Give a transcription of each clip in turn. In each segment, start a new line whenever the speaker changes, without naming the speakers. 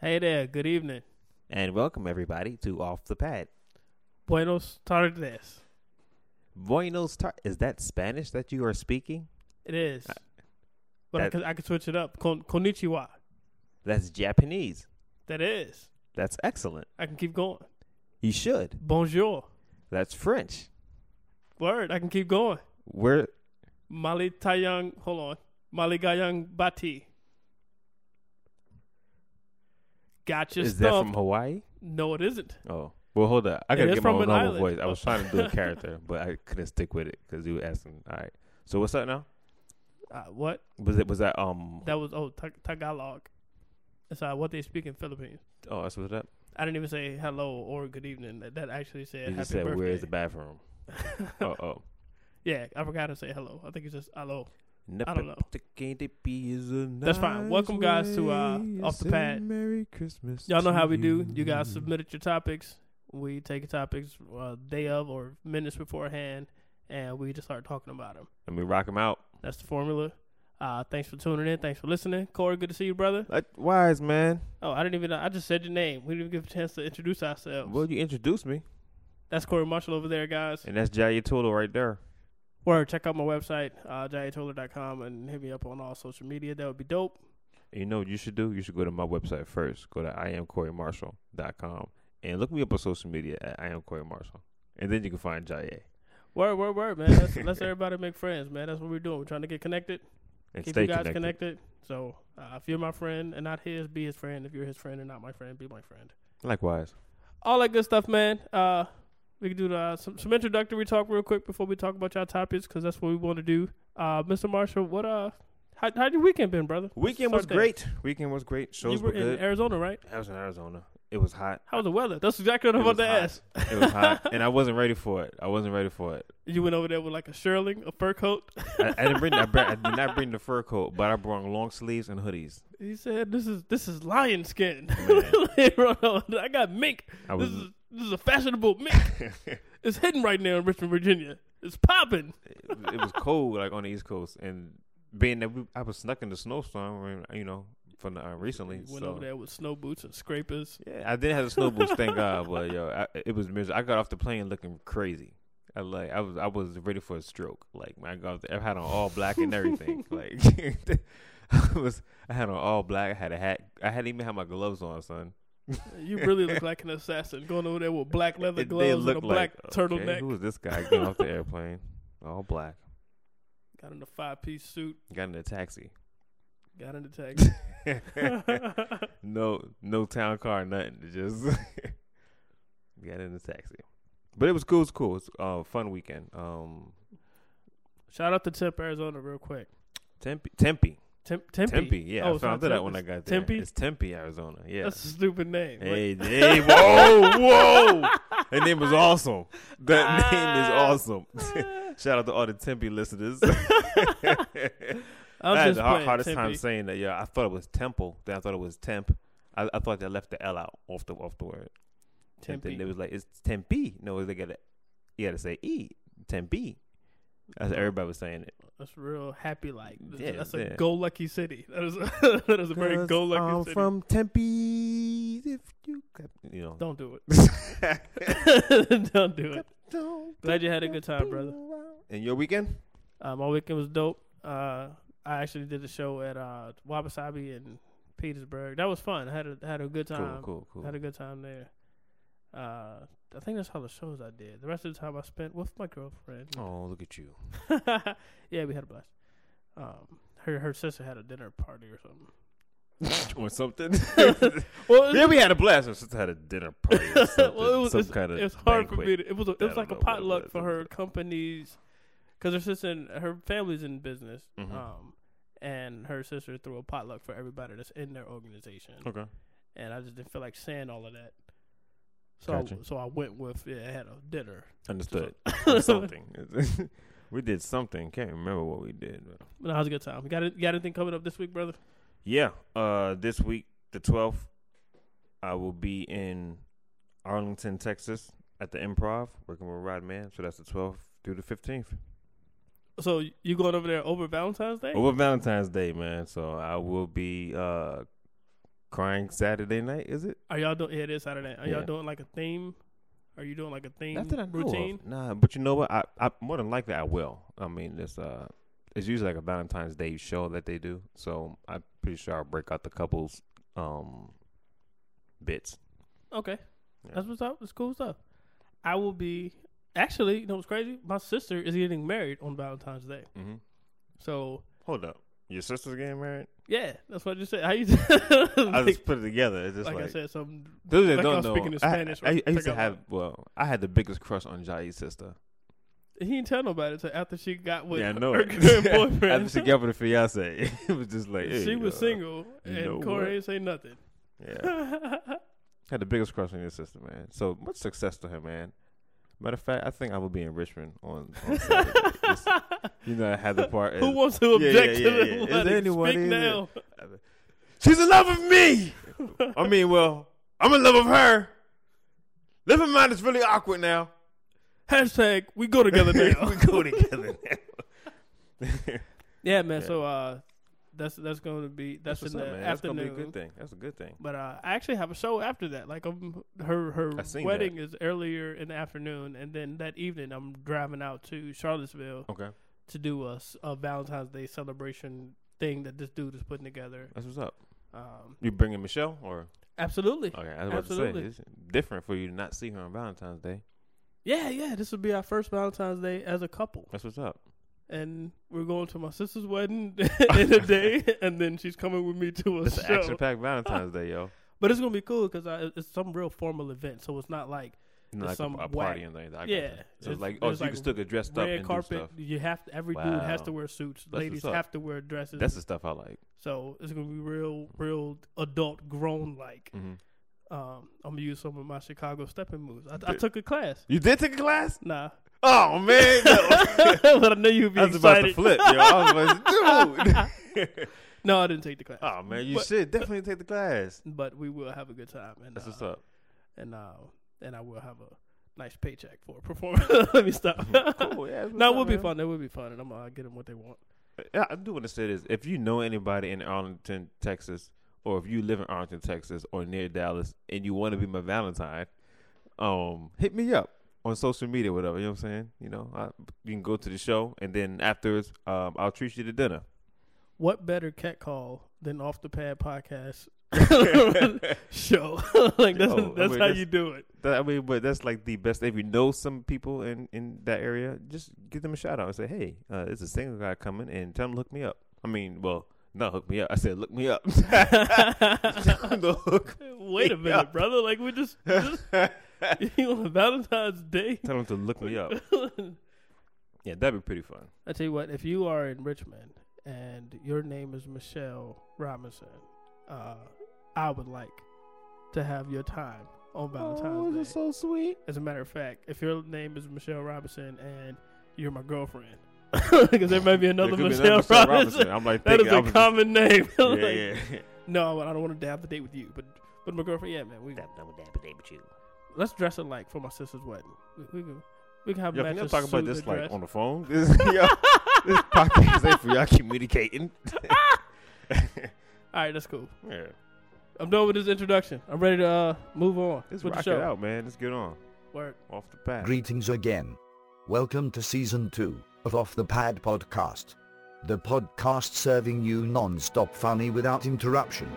Hey there, good evening.
And welcome everybody to Off the Pad.
Buenos tardes.
Buenos tar- is that Spanish that you are speaking?
It is. but I
Uh, that-
can I can switch it up. Kon- Konnichiwa.
That's Japanese.
That is.
That's excellent.
I can keep going.
You should.
Bonjour.
That's French.
Word. I can keep going.
We're
Mali Tayang hold on. Mali Gayang Bati. Gotcha
is that from
stumped.
Hawaii?
no, it isn't.
Oh. Well, hold up. I
It
gotta
is
get my
from
own
an
normal
island.
voice. I was trying to do a character, but I couldn't stick with it because you were asking. All right. So what's up now?
Uh, what?
Was it was that um?
That was oh Ta- Tagalog. That's uh, what they speak in Philippines.
oh, that's what's up.
I didn't even say hello or good evening. That, that actually said
you
happy
just said
birthday.
where is the bathroom? oh oh.
Yeah, I forgot to say hello. I think it's just hello. I don't know.
That's
fine. Welcome, guys, to, uh, Off the Pad.
Merry Christmas.
Y'all know
to
how we do. You guys
you.
submitted your topics. We take topics uh, day of or minutes beforehand, and we just start talking about them.
Let me rock them out.
That's the formula. Uh, thanks for tuning in. Thanks for listening, Corey. Good to see you, brother.
Wise man.
Oh, I didn't even. I just said your name. We didn't even give a chance to introduce ourselves.
Well, you introduced me,
That's Corey Marshall over there, guys.
and that's Jaya Tolo right there.
Word. Check out my website, uh, jayatoler.com, and hit me up on all social media. That would be dope.
You know what you should do? You should go to my website first. Go to iamcoreymarshall.com and look me up on social media at iamcoreymarshall, and then you can find Jaya
Word, word, word, man. Let's, let's everybody make friends, man. That's what we're doing. We're trying to get connected.
and
keep
stay
you guys
connected.
connected. So uh, if you're my friend and not his, be his friend. If you're his friend and not my friend, be my friend.
Likewise.
All that good stuff, man. Uh, we can do the, uh, some some introductory talk real quick before we talk about y'all topics because that's what we want to do. Uh, Mr. Marshall, what uh, how how'd your weekend been, brother?
Weekend
Let's
was
start there.
great. Weekend was great.
you
Shows
were,
were,
in
good.
Arizona, right?
I was in Arizona. It was hot.
How was the weather? That's exactly what I'm
It
about to
was
ask.
It was hot, and I wasn't ready for it. I wasn't ready for it.
You went over there with like a shirling, a fur coat.
I, I didn't bring. I, br- I did not bring the fur coat, but I brought long sleeves and hoodies.
He said, "This is this is lion skin."
Man.
I got mink.
I
This
was.
is this is a fashionable mink. it's hidden right now in Richmond, Virginia. It's popping.
it, it was cold, like on the East Coast, and being that we, I was snuck in the snowstorm, when, you know, from the, uh, recently.
We went
so-
over there with snow boots and scrapers.
Yeah, I did have a snow boots, thank God. But yo, I, it was miserable. I got off the plane looking crazy. I like, I was, I was ready for a stroke. Like, man, I got, off the, I had on all black and everything. like, I was, I had on all black. I had a hat. I hadn't even had my gloves on, son.
You really look like an assassin going over there with black leather
It did
gloves and a
look
black
Okay, who
turtleneck.
was this guy getting off the airplane? All black.
Got in a five piece suit.
Got in a taxi.
Got in the taxi.
no no town car, nothing. It Just got in the taxi. But it was cool. It was cool. It was a uh, fun weekend. Um,
Shout out to Temp, Arizona, real quick.
Tempe, Tempe,
Temp, Tempe.
Tempe. Yeah,
Oh,
I
it's not
found that
Tempe,
out when I got there.
Tempe.
It's Tempe, Arizona. Yeah.
That's a stupid name. What-
hey, hey, whoa, whoa! That name is awesome. That name is awesome.
Ah.
Shout out to all the Tempe listeners.
I'm
I had
just
the har-
playing,
hardest time
Tempe.
saying that. Yeah, I thought it was temple. Then I thought it was temp. I, I thought they left the L out off the off the word. And then
Tempe.
they was like, it's Tempe. No, they got to you got to say E Tempe. That's everybody was saying it.
That's real happy like.
Yeah,
that's a
yeah.
go lucky city. That is a, that is a very go lucky
I'm
city.
from Tempe. If you, got- you know,
Don't do it. Don't do it.
Don't
Glad you had a good time, brother.
And your weekend?
Uh, my weekend was dope. Uh, I actually did a show at uh, Wabasabi in Petersburg. That was fun. I had a had a good time.
Cool, cool, cool.
Had a good time there. Uh, I think that's all the shows I did. The rest of the time I spent with my girlfriend.
Oh, look at you.
yeah, we had a blast. Um, her her sister had a dinner party or something.
or something.
Well,
yeah, we had a blast. Our sister had a dinner party. Or something,
well, it was
some
it's,
kind of
it's hard for
banquet.
me. To, it was a, it
I
was like a
don't know what it
potluck
was.
for her company's because her sister and her family's in business,
Mhm.
um, and her sister threw a potluck for everybody that's in their organization,
Okay.
and I just didn't feel like saying all of that. So I,
Gotcha.
so I went with yeah, I had a dinner.
Understood. Or something. we did something. Can't remember what we did. but-
But that was a good time. You got it, you got anything coming up this week, brother?
Yeah. Uh, this week, the twelfth, I will be in Arlington, Texas, at the Improv, working with Rod Man. So that's the twelfth through the fifteenth.
So you going over there over Valentine's Day?
Over Valentine's Day, man. So I will be uh Crying Saturday night, is it?
Are y'all doing? Yeah, it is Saturday. Are
Yeah.
y'all doing like a theme? Are you doing like a theme
Not that I know
routine?
of. Nah, but you know what? I, I more than likely I will. I mean, it's uh, it's usually like a Valentine's Day show that they do, so I'm pretty sure I'll break out the couples um bits.
Okay.
Yeah.
That's what's up. It's cool stuff. I will be actually, you know what's crazy? My sister is getting married on Valentine's Day.
Mm-hmm.
So
Hold up, your sister's getting married?
yeah, that's what I just said. How you
I
like,
just put it together. It's just
like
like,
I said, some
those that
like
don't
I'm
know.
speaking in
I-
Spanish,
I, I,
right?
used to
Pick up
have. Well, I had the biggest crush on Jai's sister.
he didn't tell nobody until after she got with
yeah, I know
her
it.
current
After
boyfriend.
she got with a fiance, it was just like hey,
she was
uh,
single
you
and
know what?
Corey ain't say nothing.
Yeah. Had the biggest crush on your sister, man. So much success to her, man. Matter of fact, I think I will be in Richmond on, on Saturday. It's- you know, I had the part.
Who
as,
wants to
Yeah, yeah,
object
yeah, yeah.
to
Is
the
there
wedding?
anyone
Speak
in there?
now.
She's in love with me. I mean, well, I'm in love with her. Living with mine is really awkward now.
Hashtag we go together now.
we go together now.
yeah, man.
Yeah.
So uh, that's that's going to be that's,
what's
in
up,
the
man. That's
afternoon.
gonna be a good thing. That's a good thing.
But uh, I actually have a show after that. Like um, her her
I seen
wedding is earlier in the afternoon, and then that evening I'm driving out to Charlottesville
Okay,
to do a, s- a Valentine's Day celebration thing that this dude is putting together.
that's what's up.
Um,
You bringing Michelle or
absolutely,
okay? I was about
Absolutely.
to say it's different for you to not see her on Valentine's Day.
yeah, yeah. This will be our first Valentine's Day as a couple,
That's what's up.
and we're going to my sister's wedding in a day, and then she's coming with me to a
It's an
show.
action packed Valentine's Day, yo.
But it's gonna be cool because it's some real formal event, so it's not like It's
Not like
some
a, a
whack-
party and things. I
Yeah,
gotcha. So
it's-
it's like, oh,
there's
so you
like
can still get dressed up
red
and do
carpet.
stuff.
You have to, every dude has
Wow.
to wear suits.
what's
Ladies
up.
have to wear dresses.
That's the stuff I like.
so it's gonna be real, real adult, grown like.
hmm
Um, I'm gonna use some of my Chicago stepping moves. I, I
Dude.
took a class.
You did take a class?
Nah,
Oh man, no.
but I know you'd be
I was about to
excited.
flip, yo. I was about to, dude.
No, I didn't take the class.
oh man, you
But-
should definitely take the class.
But we will have a good time, and
That's
uh,
what's up.
and uh, and I will have a nice paycheck for performing. Let me stop.
Cool, yeah. that's what's
No, it
up,
would be
man.
fun. It would be fun, and I'm gonna get them what they want.
Yeah, I do want to say this. If you know anybody in Arlington, Texas, or if you live in Arlington, Texas, or near Dallas, and you want to be my Valentine, um, hit me up on social media, whatever. You know what I'm saying? You know, I, you can go to the show, and then afterwards, um, I'll treat you to dinner.
What better cat call than off the pad podcast show? like that's
Yo, I
Oh, that's how
mean, that's-
you do it.
That, I mean, but that's like the best. If you know some people in in that area, just give them a shout out and say, "Hey, uh, there's a single guy coming," and tell them hook me up. I mean, well, not hook me up. I said look me up. Tell 'em to hook
Wait a minute,
Yeah.
brother. Like we just, just you on Valentine's Day.
Tell them to look me up.
I
Yeah, that'd be pretty fun.
tell you what, if you are in Richmond and your name is Michelle Robinson, uh, I would like to have your time on Valentine's Day.
Oh, so sweet.
As a matter of fact, if your name is Michelle Robinson and you're my girlfriend, because there might be another Michelle Robinson.
I'm like,
That is
thinking, I
a
was
common name.
Just,
Like,
yeah, yeah.
No, I don't want to have the date with you, but but my girlfriend, yeah, man, we let's dress alike for my sister's wedding. We, we can we can have
Yo, can
matching
y'all talk about
suit
this
and
like
dress.
on the phone? This, yo, this podcast ain't for y'all communicating.
All right, that's cool.
yeah,
I'm done with this introduction. I'm ready to uh, move on
let's
with the
rock
show.
it out, man. Let's get on
Word.
off the bat.
Greetings again. Welcome to season 2 of Off the Pad Podcast. The podcast serving you non-stop funny without interruption.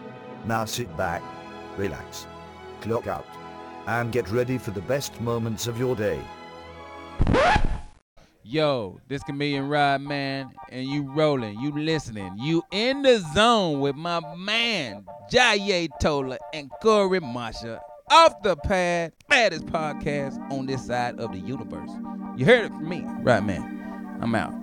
Now sit back, relax, clock out, and get ready for the best moments of your day.
Yo, this comedian Rod Man, and you rolling, you listening, you in the zone with my man Jaye Tola and Corey Masha off the pad, baddest podcast on this side of the universe. You heard it from me, Rod Man. I'm out.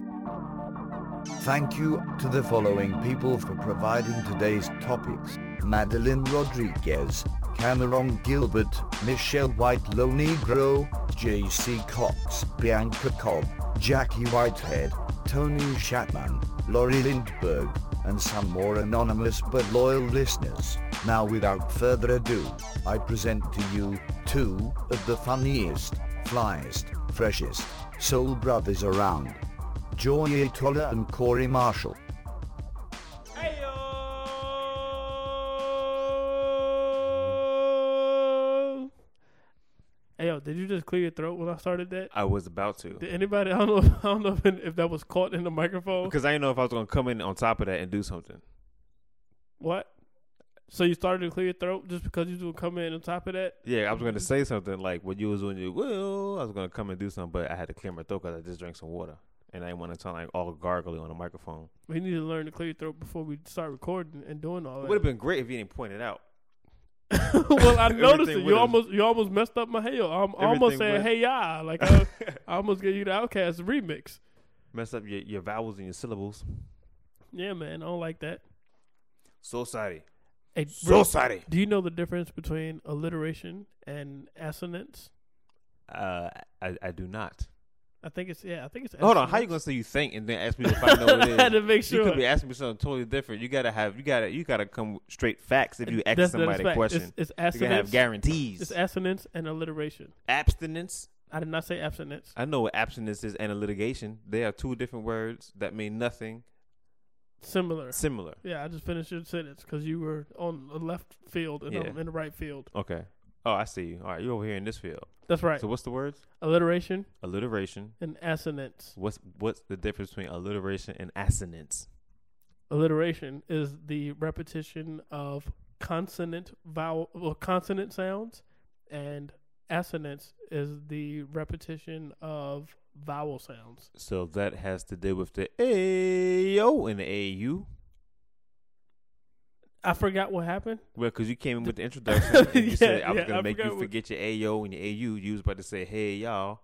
Thank you to the following people for providing today's topics. Madeline Rodriguez, Cameron Gilbert, Michelle Whitelaw Negro, JC Cox, Bianca Cobb, Jackie Whitehead, Tony Shatman, Laurie Lindberg, and some more anonymous but loyal listeners. Now without further ado, I present to you two of the funniest, flyest, freshest, soul brothers around. Joy Atola and Corey Marshall.
Hey yo. yo, did you just clear your throat when I started that?
I was about to.
Did anybody? I don't know. I don't know if, if that was caught in the microphone.
Because I didn't know if I was going to come in on top of that and do something.
What? So you started to clear your throat just because you were coming in on top of that?
Yeah, I was going to say something like what you was doing. You well, I was going to come and do something, but I had to clear my throat because I just drank some water, and I didn't want to sound like all gargly on the microphone.
We need to learn to clear your throat before we start recording and doing all
It
that.
would have been great if you didn't point it out.
well, I noticed
Everything
it. You
would've-
almost you almost messed up my hail. I'm almost
Everything
saying
would-
hey ya. Like I, I almost gave you the Outcast remix.
Mess up your, your vowels and your syllables.
Yeah, man, I don't like that.
So sorry.
Hey,
So
bro,
sorry.
do you know the difference between alliteration and assonance?
Uh, I, I do not.
I think it's yeah. I think it's.
Hold on. How you gonna
assonance.
say you think and then ask me if I know what
I had
it
to
is?
make sure.
You could be asking me something totally different. You gotta have. You gotta. You gotta come with straight facts if you ask
That's- that is
somebody a
fact.
question.
It's, it's
you gotta have
assonance.
guarantees.
It's assonance and alliteration.
abstinence.
I did not say abstinence.
I know what abstinence is and a litigation. They are two different words that mean nothing
Similar.
similar.
Yeah, I just finished your sentence because you were on the left field and
Yeah.
I'm in the right field.
Okay. Oh, I see you. All right, you're over here in this field.
That's right.
So what's the words?
alliteration
Alliteration.
and assonance.
What's what's the difference between alliteration and assonance?
Alliteration is the repetition of consonant vowel well, consonant sounds, and assonance is the repetition of vowel sounds.
So that has to do with the AO and the AU.
I forgot what happened.
Well, because you came in with the introduction, and you
Yeah,
said I was
yeah,
gonna
I
make
forgot
you
what-
forget your AO and your AU. You was about to say hey y'all,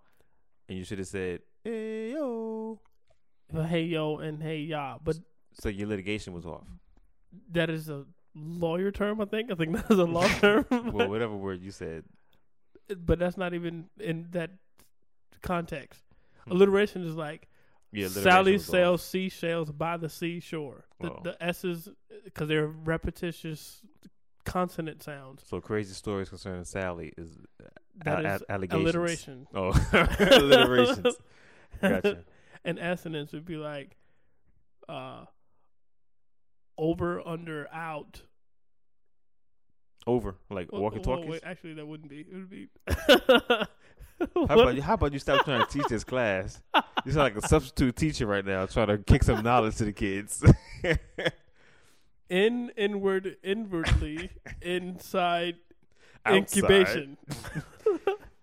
and you should have said AO.
The hey yo and hey ya, but
So your litigation was off.
that is a lawyer term. I think. I think that is a law term.
well, whatever word you said.
but that's not even in that context.
Hmm.
Alliteration is like
Yeah,
Sally sells seashells by the seashore. The,
Oh.
the S's because they're repetitious consonant sounds.
So crazy stories concerning Sally is
That
a-
is
a- allegations.
alliteration.
Oh, alliterations. Gotcha.
and assonance would be like uh, over, under, out.
Over like
Well,
walkie
well,
talkies.
wait, actually, that wouldn't be. It would be.
How about you? How about you stop trying to teach this class? You sound like a substitute teacher right now, trying to kick some knowledge to the kids.
in inward inwardly inside
Outside.
incubation.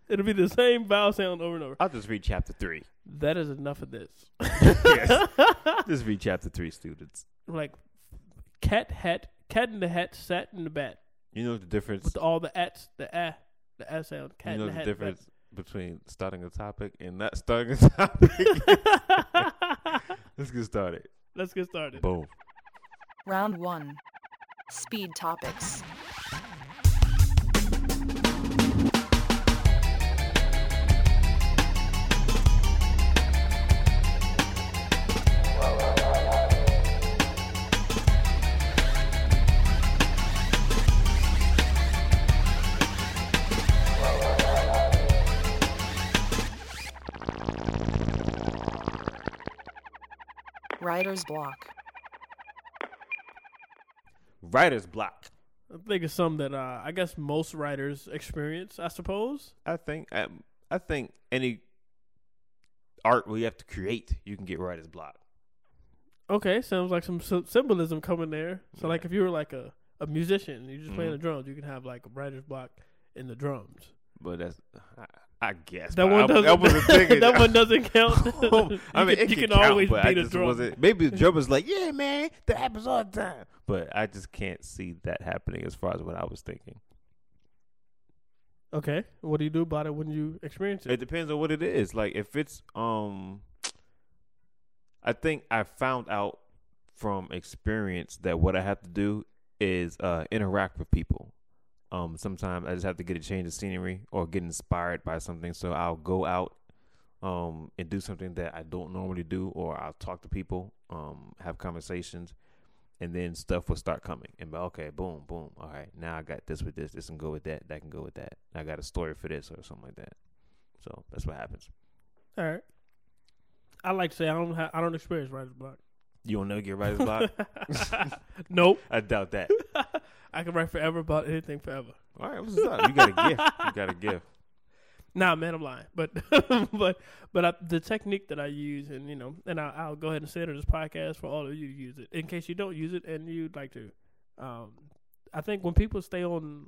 It'll be the same vowel sound over and over.
I'll just read chapter three.
That is enough of this.
yes. Just read chapter three, students.
Like cat hat, cat in the hat, sat in the bat.
You know the difference.
With all the ats, the ah, the ah sound. Cat in
you know
the
the
hat.
difference between starting a topic and not starting a topic.
bat.
Let's get started.
Let's get started.
Boom.
Round 1. Speed topics. Writer's block.
Writer's block.
I think it's something that uh, I guess most writers experience. I suppose.
I think I, I think any art we have to create, you can get writer's block.
Okay, sounds like some sy- symbolism coming there. So, like,
Yeah.
if you were like a a musician, and you're just playing the
Mhm.
drums, you can have like a writer's block in the drums.
But that's I, I guess
That
but
one
I,
doesn't.
I wasn't thinking
that one doesn't count.
I
You
mean,
can-
it
you
can
can
count,
always
but I
beat a
just
drum.
wasn't- Maybe the drummer's like, "Yeah, man, that happens all the time," but I just can't see that happening as far as what I was thinking.
Okay, what do you do about it when you experience
It
it?
depends on what it is. Like if it's um I think I found out from experience that what I have to do is uh interact with people. Um sometimes I just have to get a change of scenery or get inspired by something. So I'll go out um and do something that I don't normally do or I'll talk to people, um, have conversations and then stuff will start coming and be okay, boom, boom. All right, now I got this with this, this can go with that, that can go with that. I got a story for this or something like that. So that's what happens.
All right. I like to say I don't. Ha- I don't experience writer's block.
You don't know get writer's block?
Nope.
I doubt that.
I can write forever about anything forever.
All right, what's up? You got a gift. You got a gift.
Nah, man, I'm lying. But but but I, the technique that I use, and you know, and I, I'll go ahead and say it on this podcast for all of you to use it. In case you don't use it and you'd like to, um, I think when people stay on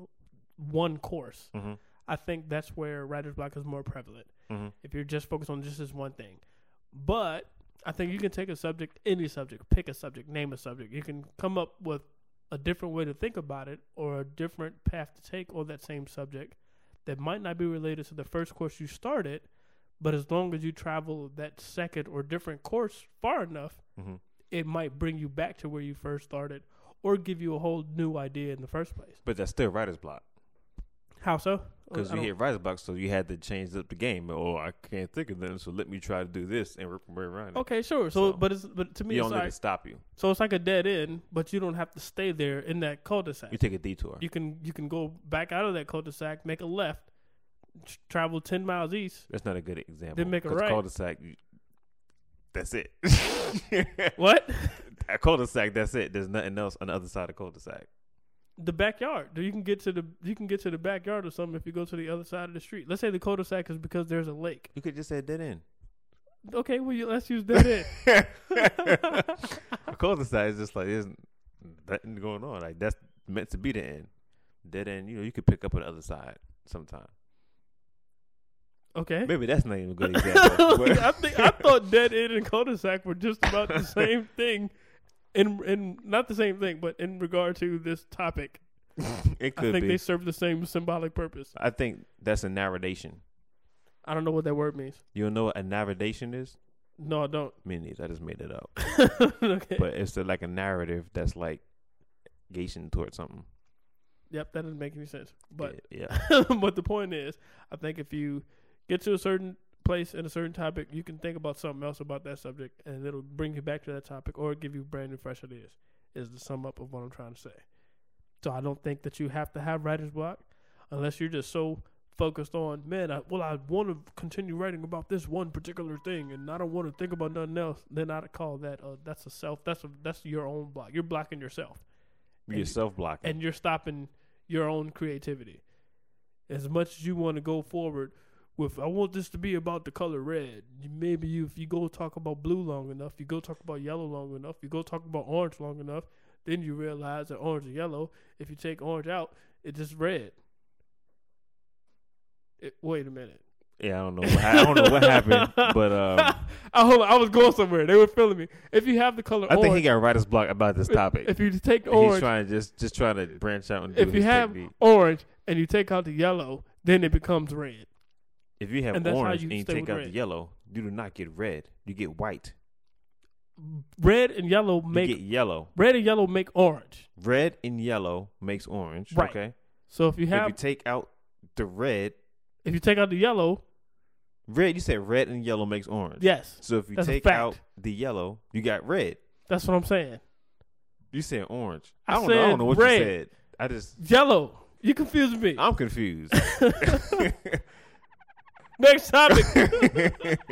one course,
Mhm.
I think that's where writer's block is more prevalent.
Mhm.
If you're just focused on just this one thing, but I think you can take a subject, any subject, pick a subject, name a subject. You can come up with a different way to think about it or a different path to take on that same subject that might not be related to the first course you started, but as long as you travel that second or different course far enough,
Mhm.
it might bring you back to where you first started or give you a whole new idea in the first place.
But that's still writer's block
How so?
because
I
you
don't-
hit writer's block, so you had to change up the game. Oh, I can't think of them, so let me try to do this and work my way around. it.
Okay, sure. So,
So,
but it's but to me,
You
it's
don't let
like,
it stop you.
so it's like a dead end, but you don't have to stay there in that cul-de-sac.
You take a detour.
you can you can go back out of that cul-de-sac, make a left, tr- travel ten miles east.
That's not a good example.
Then make a
'cause
right.
Cul-de-sac. you- that's it.
What?
a cul-de-sac. That's it. There's nothing else on the other side of cul-de-sac.
the backyard. You can get to the you can get to the backyard or something if you go to the other side of the street. Let's say the cul-de-sac is because there's a lake.
You could just say dead end.
Okay, well you, let's use dead end.
a cul-de-sac is just like there's nothing going on. Like that's meant to be the end. Dead end. You know, you could pick up on the other side sometime.
Okay.
Maybe that's not even a good example.
Like,
but-
I think I thought dead end and cul-de-sac were just about the same thing, in in not the same thing, but in regard to this topic,
it
I
could
think
be.
they serve the same symbolic purpose.
I think that's a narration.
I don't know what that word means.
You know what a narration is?
No, I don't.
Me neither. I just made it up.
okay.
but it's a, like a narrative that's like gazing towards something.
yep, that doesn't make any sense. But
yeah,
but the point is, I think if you get to a certain place and a certain topic, you can think about something else about that subject, and it'll bring you back to that topic or give you brand new fresh ideas. Is the sum up of what I'm trying to say. So I don't think that you have to have writer's block unless you're just so focused on man. I, well, I want to continue writing about this one particular thing, and I don't want to think about nothing else. Then I'd call that uh, that's a self. That's a, that's your own block. You're blocking yourself
yeah. yourself blocking.
and you're stopping your own creativity. As much as you want to go forward with, I want this to be about the color red. You- Maybe you, if you go talk about blue long enough, you go talk about yellow long enough, you go talk about orange long enough, then you realize that orange and yellow, if you take orange out, it's just red. It, wait a minute.
yeah, I don't know. What, ha- I don't know what happened, but um,
I, hold on, I was going somewhere. They were feeling me. If you have the color
I
orange,
think he got writer's block about this topic.
if you take
He's
orange,
trying to just just trying to branch out and do
if you
his
have
technique.
orange and you take out the yellow, then it becomes red.
if you have
and that's how
orange
you
and you
stay
take
with
out the
red.
yellow, you do not get red. You get white.
Red and yellow
You
make
get yellow.
red and yellow make orange.
Red and yellow makes orange.
Right.
Okay.
So if you have
if you take out the red,
take out the yellow,
red you said red and yellow makes orange.
yes,
So if you
That's a
take
fact.
out the yellow, you got red.
that's what I'm saying.
You said orange.
I
I don't know. I
said
don't know what
red.
you said. I just
Yellow, you confused me.
I'm confused.
Next topic.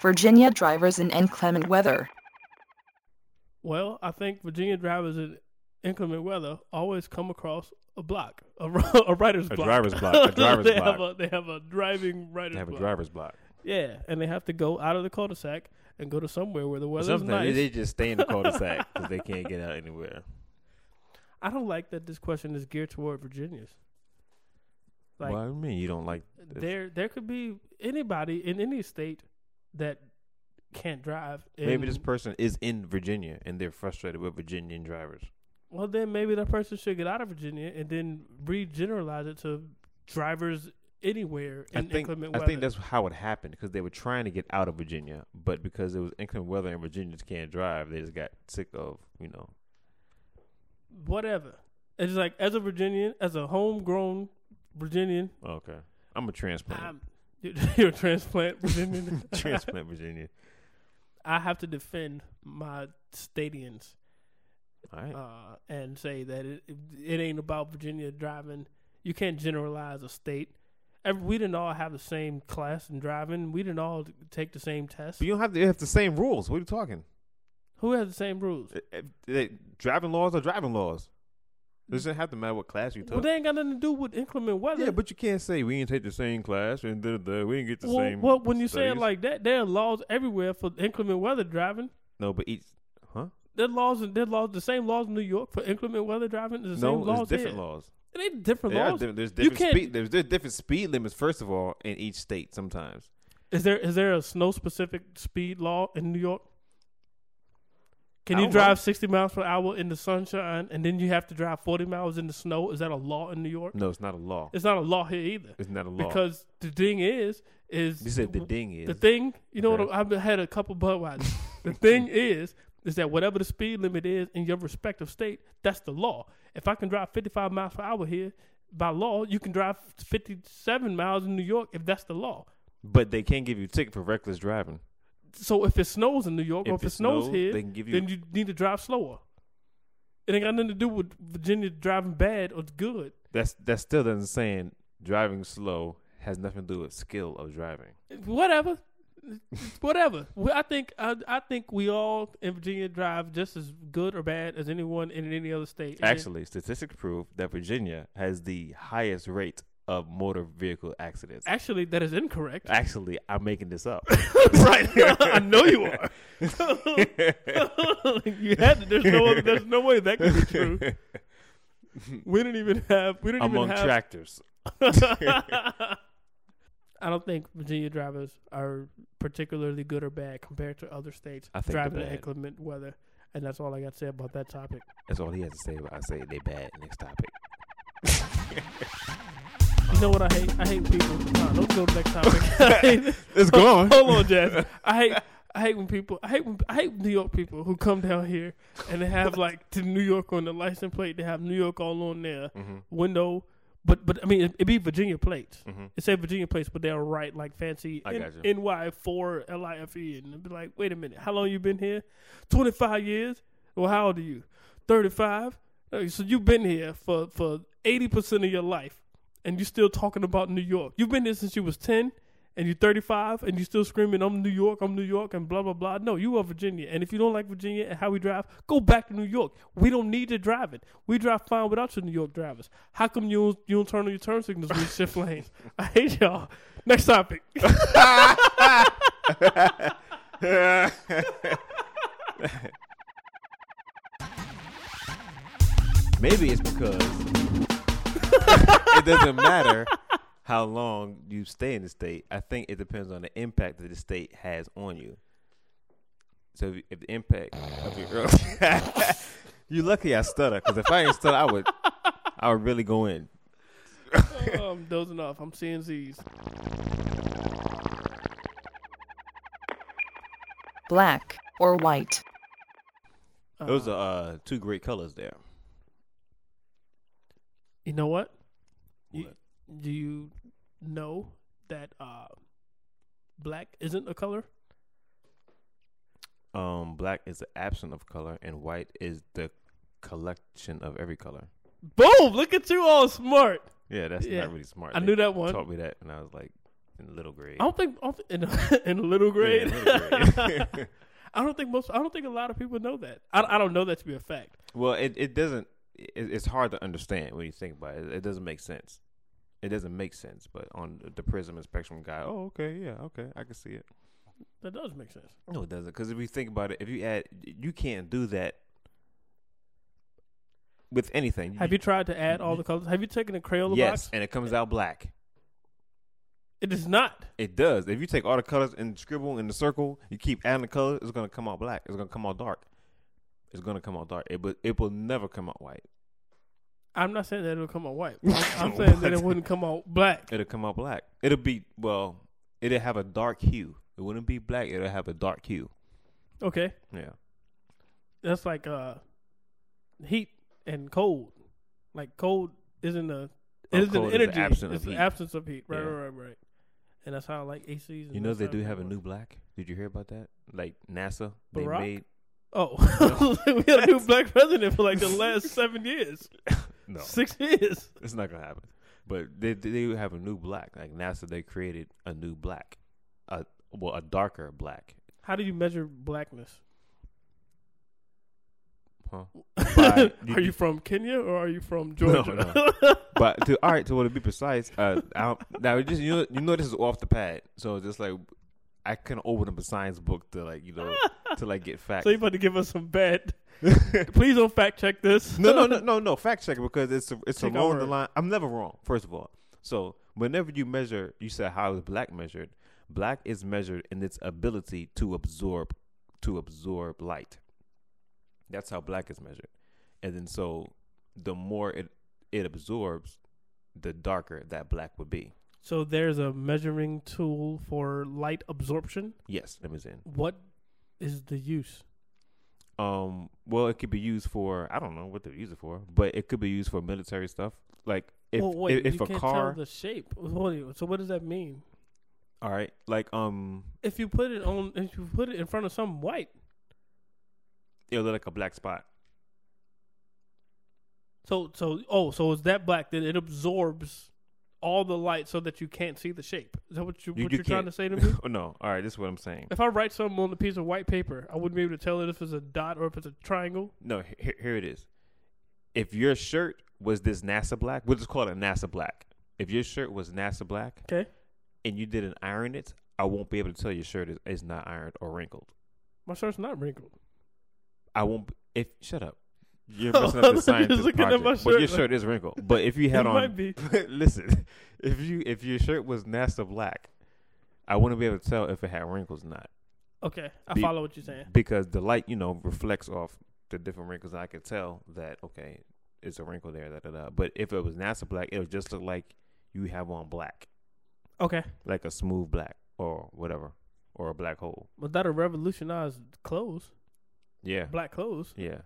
Virginia drivers in inclement weather.
well, I think Virginia drivers in inclement weather always come across a block, a, ri- a writer's
A
block,
driver's block, a driver's
they
block.
Have a, they have a driving writer's
they have a
block.
driver's block.
Yeah, and they have to go out of the cul-de-sac and go to somewhere where the weather's
Sometimes
nice.
they just stay in the cul-de-sac because they can't get out anywhere.
I don't like that this question is geared toward Virginians. Like
Why do you mean you don't like? this?
there there could be anybody in any state that can't drive.
Maybe this
and-
person is in Virginia and they're frustrated with Virginian drivers.
well then maybe that person should get out of Virginia and then regeneralize it to drivers anywhere in
I think
inclement
I
weather.
think that's how it happened because they were trying to get out of Virginia, but because it was inclement weather and Virginians can't drive, they just got sick of you know.
whatever. It's like as a Virginian, as a homegrown Virginian,
Okay,
Um,
I'm a transplant.
I'm, you're a transplant Virginian.
transplant Virginia.
I have to defend my stadiums
All right.
uh, and say that it it ain't about Virginia driving. You can't generalize a state. Every, we didn't all have the same class in driving. We didn't all take the same test.
But you don't have to have the same rules. What are you talking?
Who has the same rules?
Eh, eh, eh, driving laws are driving laws. It doesn't have to matter what class you
Well,
took.
they ain't got nothing to do with inclement weather.
yeah, but you can't say we didn't take the same class and da, da, da, we didn't get the
well,
same.
well, when you say it
studies.
like that, there are laws everywhere for inclement weather driving.
no, but each huh?
There are laws and there are laws. The same laws in New York for inclement weather driving is the
No,
same laws.
there's different
here.
laws.
It ain't different
There are
laws.
di- there's
You
different
can't-
speed. There's, there's different speed limits. First of all, in each state, sometimes
Is there is there a snow specific speed law in New York? Can
I
you
don't
drive
know.
60 miles per hour in the sunshine and then you have to drive 40 miles in the snow? Is that a law in New York?
no, it's not a law.
It's not a law here either.
It's not a law
Because the thing is is
you said the ding is
the thing, you know
Okay.
what? I've had a couple Budweiser. the thing is, is that whatever the speed limit is in your respective state, that's the law. If I can drive 55 miles per hour here, by law, you can drive 57 miles in New York if that's the law.
But they can't give you a ticket for reckless driving.
So if it snows in New York or
If
if it,
it
snows,
snows,
here,
they can give you-
then you need to drive slower. It ain't got nothing to do with Virginia driving bad or good.
That's that still doesn't saying driving slow has nothing to do with skill of driving.
Whatever, whatever. We- I think I, I think we all in Virginia drive just as good or bad as anyone in any other state. And it-
Actually, statistics prove that Virginia has the highest rate of motor vehicle accidents.
actually, that is incorrect.
Actually, I'm making this up.
right, I know you are. you had to. There's no. There's no way that could be true. We didn't even have. We didn't
Among
even have.
tractors.
I don't think Virginia drivers are particularly good or bad compared to other states
I think they're
driving in
bad.
inclement weather. And that's all I got to say about that topic.
That's all he has to say about I say they bad. Next topic.
You know what I hate? I hate people. Nah, don't go to the next topic.
It's gone.
Hold on, Jazz. I hate. I hate when people. I hate. When, I hate New York people who come down here and they have like to New York on the license plate. They have New York all on their
Mm-hmm.
window. But but I mean it, it be Virginia plates.
Mm-hmm.
It say Virginia plates, but they'll write like fancy
I got you.
NY four L I F E and it'll be like, wait a minute, how long you been here? Twenty five years. Well, how old are you? Thirty five. So you've been here for for eighty percent of your life, and you're still talking about New York. You've been here since you was ten, and you're thirty five, and you're still screaming, "I'm New York, I'm New York," and blah blah blah. No, you are Virginia, and if you don't like Virginia and how we drive, go back to New York. We don't need to drive it. We drive fine without your New York drivers. How come you don't, you don't turn on your turn signals when you shift lanes? I hate y'all. Next topic.
Maybe it's because it doesn't matter how long you stay in the state. I think it depends on the impact that the state has on you. So if, if the impact of your you lucky I stutter because if I didn't stutter, I would I would really go in.
um, dozing off. I'm seeing Z's.
black or white,
Those are uh, two great colors there.
You know what? You-
What?
do you know that uh, black isn't a color?
Um, black is the absence of color, and white is the collection of every color.
Boom! Look at you all smart.
Yeah, that's
Yeah.
not really smart.
I knew that one. Oh,
Taught me that when I was like in little grade.
I don't think I don't thi- in in a little
Yeah,
grade.
little grade.
I don't think most. I don't think a lot of people know that. I, I don't know that to be a fact.
well, it it doesn't. It, it's hard to understand when you think about it. It doesn't make sense. It doesn't make sense. But on the prism and spectrum guy, oh okay, yeah, okay, I can see it.
That does make sense.
No, it doesn't. Because if you think about it, if you add, you can't do that with anything.
Have you tried to add all the colors? Have you taken a Crayola
Yes,
box?
and it comes out black.
It is not.
It does. If you take all the colors and scribble in the circle, you keep adding the colors, it's gonna come out black. It's gonna come out dark. It's gonna come out dark. It will, it will never come out white.
I'm not saying that it'll come out white. I'm, I'm saying that it
What?
wouldn't come out black.
It'll come out black. It'll be well. It'll have a dark hue. It wouldn't be black. It'll have a dark hue.
Okay,
Yeah.
that's like uh, heat and cold. Like cold isn't a
Oh,
it isn't
cold is the
energy.
absence of
it's the
heat.
absence of heat. Right,
Yeah.
right, right, right. and that's how like ACs. and
You know
that
they
stuff
do have a
works.
new black. Did you hear about that? Like NASA, they
Barack?
made
Oh, we had a new black president for like the last seven years,
no.
six years.
It's not gonna happen. But they they they have a new black. Like NASA, they created a new black, a well a darker black.
How do you measure blackness?
Huh?
are
By-
you from Kenya or are you from Georgia?
But to all right, to want to be precise, uh, I don't, now it just you know you know this is off the pad, so it's just like I couldn't open up a science book to like you know to like get facts.
so you about to give us some bad? Please don't fact check this.
no, no, no, no, no. Fact check it because it's it's
Take our
along the
word.
line. I'm never wrong. First of all, so whenever you measure, you said how is black measured? Black is measured in its ability to absorb to absorb light. That's how black is measured, and then so the more it it absorbs, the darker that black would be.
So there's a measuring tool for light absorption.
Yes, let me see.
What is the use?
Um, well, it could be used for I don't know what they use it for, but it could be used for military stuff. Like if
well, wait,
if,
you
if a
can't
car,
tell the shape. Hold on, So what does that mean?
all right, like um,
If you put it on, if you put it in front of something white,
it'll look like a black spot.
so so oh, so it's that black that it absorbs all the light so that you can't see the shape. Is that what you, what you're trying
can't- Oh,
to say to me?
no, all right, this is what I'm saying.
If I write something on a piece of white paper, I wouldn't be able to tell it if it's a dot or if it's a triangle.
No, he- he- here it is. If your shirt was this NASA black, we'll just call it a NASA black. If your shirt was NASA black
Okay.
and you didn't iron it, I won't be able to tell your shirt is, is not ironed or wrinkled.
My shirt's not wrinkled.
I won't. b- If shut up, you're messing up the
Just
science of the
looking at
project.
my
but your
shirt,
shirt is wrinkled. But if you had
It
on,
might be.
listen, if you if your shirt was NASA black, I wouldn't be able to tell if it had wrinkles or not.
Okay, I
Be-
follow what you're saying.
because the light, you know, reflects off the different wrinkles. I could tell that okay, it's a wrinkle there. Da da da. But if it was NASA black, it would just look like you have on black,
Okay,
like a smooth black or whatever, or a black hole.
but that'll revolutionize clothes,
Yeah,
black clothes.
yeah.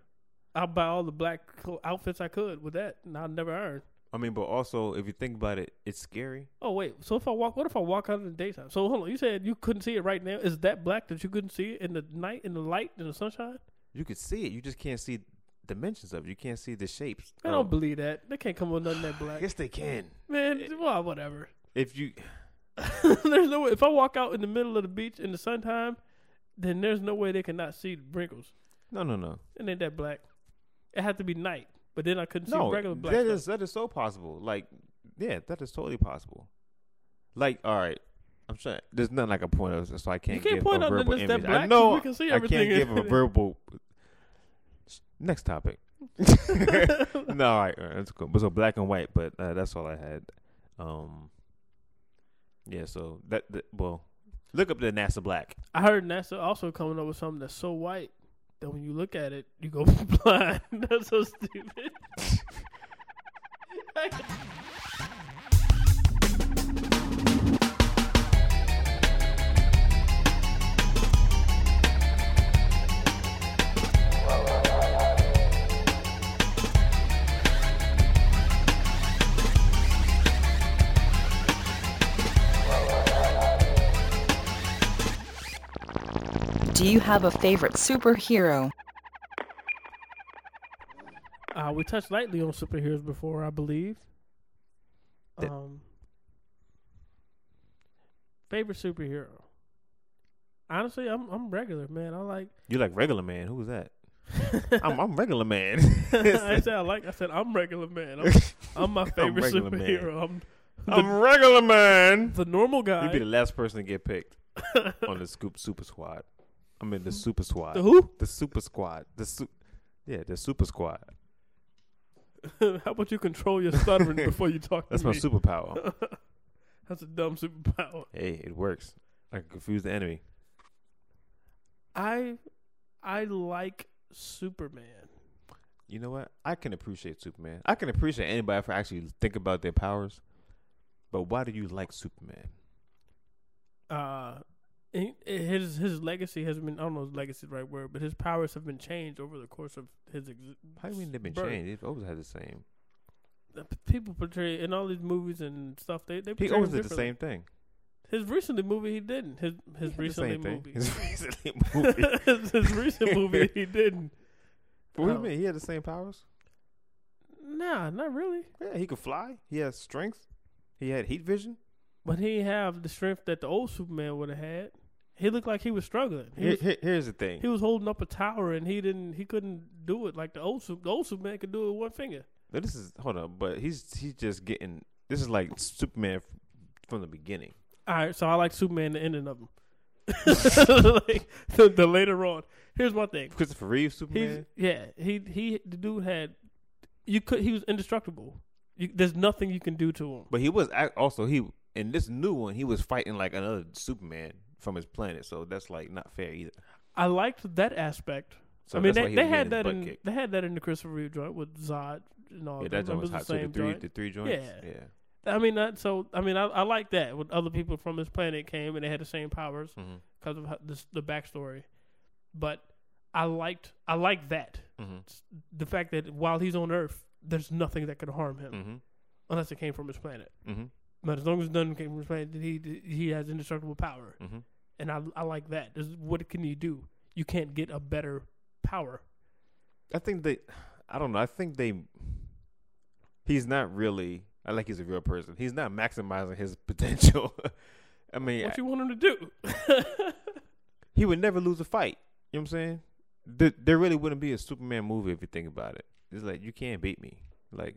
I'll buy all the black cl- outfits I could with that, and I'll never iron.
I mean, but also if you think about it, it's scary.
Oh wait, so if I walk, what if I walk out in the daytime? So hold on, you said you couldn't see it right now. Is that black that you couldn't see it in the night, in the light, in the sunshine?
You could see it, you just can't see dimensions of it. You can't see the shapes.
I
Oh.
don't believe that. They can't come with nothing that
I
black,
guess they can.
man. Well, whatever.
If you
there's no way. If I walk out in the middle of the beach in the sun time, then there's no way they cannot see the wrinkles.
no no no
It ain't that black. It had to be night, but then I couldn't
no
see regular black.
that
stuff.
is that is so possible. Like yeah, that is totally possible. Like all right. I'm sure there's nothing like a point of so I can't,
can't
give
point
a
out
verbal
nothing that's
image.
that
I
black, 'cause
know
we can see
I can't
everything.
give a verbal. Next topic. no, all right, all right, that's cool. But so black and white, but uh, that's all I had. Um, yeah, so that, that well, look up the NASA black.
I heard NASA also coming up with something that's so white that when you look at it, you go blind. that's so stupid.
Do you have a favorite superhero?
uh, we touched lightly on superheroes before, I believe.
That-
Um, favorite superhero. Honestly, I'm I'm regular man. I like.
You like regular man? Who was that? I'm, I'm regular man.
I said I like. I said I'm regular man. I'm, I'm my favorite
regular man.
superhero. I'm
I'm regular man.
the normal guy.
You'd be the last person to get picked on the scoop super squad. I mean the super squad.
The who?
The super squad. The su- yeah, the super squad.
How about you control your stuttering before you talk
That's
to
my
me?
superpower.
That's a dumb superpower.
hey, it works. I can confuse the enemy.
I I like Superman.
You know what? I can appreciate Superman. I can appreciate anybody for actually think about their powers. But why do you like Superman?
Uh he- his his legacy has been I don't know if legacy is the right word, but his powers have been changed over the course of his existence.
How do you mean they've been
Bro.
changed? They've always had the same.
People portray in all these movies and stuff. They they
He
portray him
always did the
differently.
same thing.
His recently movie he didn't. His his
The
recently
same thing.
movie.
His recently movie.
his, recent movie he didn't.
what do you
Oh.
mean? He had the same powers?
Nah, not really.
Yeah, he could fly. He has strength. He had heat vision.
But he didn't have the strength that the old Superman would have had. He looked like he was struggling. He was,
Here- here- here's the thing.
he was holding up a tower and he didn't. He couldn't do it like the old Sup- the old Superman could do it with one finger.
Now, this is hold on, but he's he's just getting. This is like Superman f- from the beginning.
All right, so I like Superman the ending of him. like, the, the later on. Here's my thing.
Christopher Reeve
He's
Superman.
yeah. He he. The dude had. You could. He was indestructible. You, there's nothing you can do to him.
But he was ac- also he in this new one he was fighting like another Superman from his planet, so that's like not fair either.
I liked that aspect.
So
I mean,
that's why
they,
he
they
was
had
getting his
that
butt
in
kicked.
they had that in the Christopher Reeve joint with Zod and all.
yeah,
that
that joint was
the
hot. So the
same
three
joint.
the three joints.
Yeah.
Yeah.
I mean, that, so I mean, I, I like that. When other people from this planet came and they had the same powers
Mhm.
because of how, this, the backstory. But I liked I like that
Mhm.
the fact that while he's on Earth, there's nothing that could harm him
Mhm.
unless it came from his planet.
Mhm.
But as long as nothing came from his planet, then he he has indestructible power,
Mhm.
and I I like that. This, what can you do? You can't get a better power.
I think they. I don't know. I think they. He's not really. I like he's a real person. He's not maximizing his potential. I mean,
What you want him to do?
he would never lose a fight. You know what I'm saying? There, there really wouldn't be a Superman movie if you think about it. It's like you can't beat me. Like,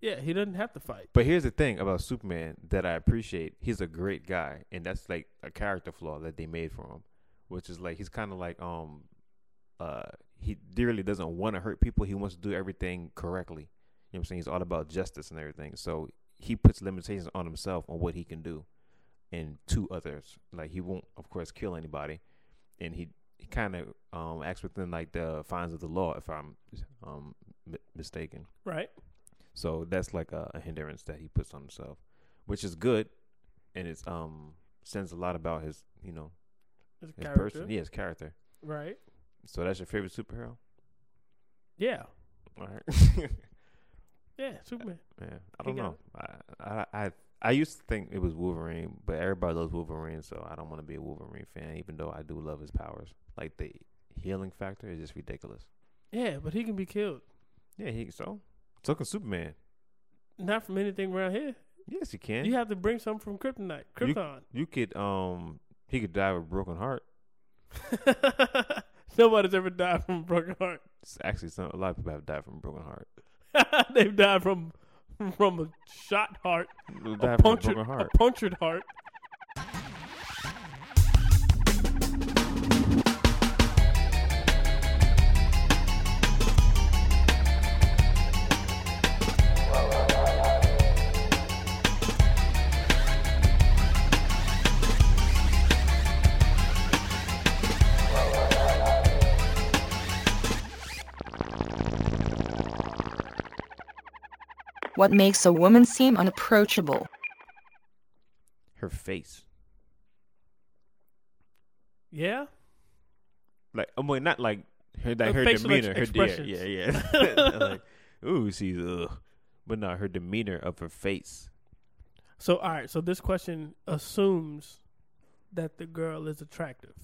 yeah, he doesn't have to fight.
but here's the thing about Superman that I appreciate. He's a great guy, and that's like a character flaw that they made for him, which is like he's kind of like um, uh, he dearly doesn't want to hurt people. He wants to do everything correctly. You know what I'm saying? He's all about justice and everything. So he puts limitations on himself on what he can do, and to others. Like he won't, of course, kill anybody, and he. He kind of um, acts within like the fines of the law, if I'm um, mi- mistaken.
Right.
So that's like a, a hindrance that he puts on himself, which is good, and it's um sends a lot about his you know
His
his
character.
person, yeah, his character.
Right.
So that's your favorite superhero.
Yeah.
All right,
Yeah. Superman.
yeah. I don't
got
know. I, I I I used to think it was Wolverine, but everybody loves Wolverine, so I don't want to be a Wolverine fan, even though I do love his powers. Like the healing factor is just ridiculous.
Yeah, but he can be killed.
Yeah, he so so can Superman.
Not from anything around here.
Yes, he can.
You have to bring something from Kryptonite.
You-
Krypton.
You could um he could die with a broken heart.
Nobody's ever died from a broken heart.
It's actually some a lot of people have died from a broken heart.
They've died from from a shot heart,
We'll
a
die from a
punctured,
broken heart.
a punctured heart.
What makes a woman seem unapproachable?
Her face,
Yeah.
like I mean, not like her, like
Her
her
facial ex-
demeanor, her demeanor.
expressions.
Yeah, yeah. like, ooh, she's ugh. But no, her demeanor of her face.
So all right. So this question assumes that the girl is attractive,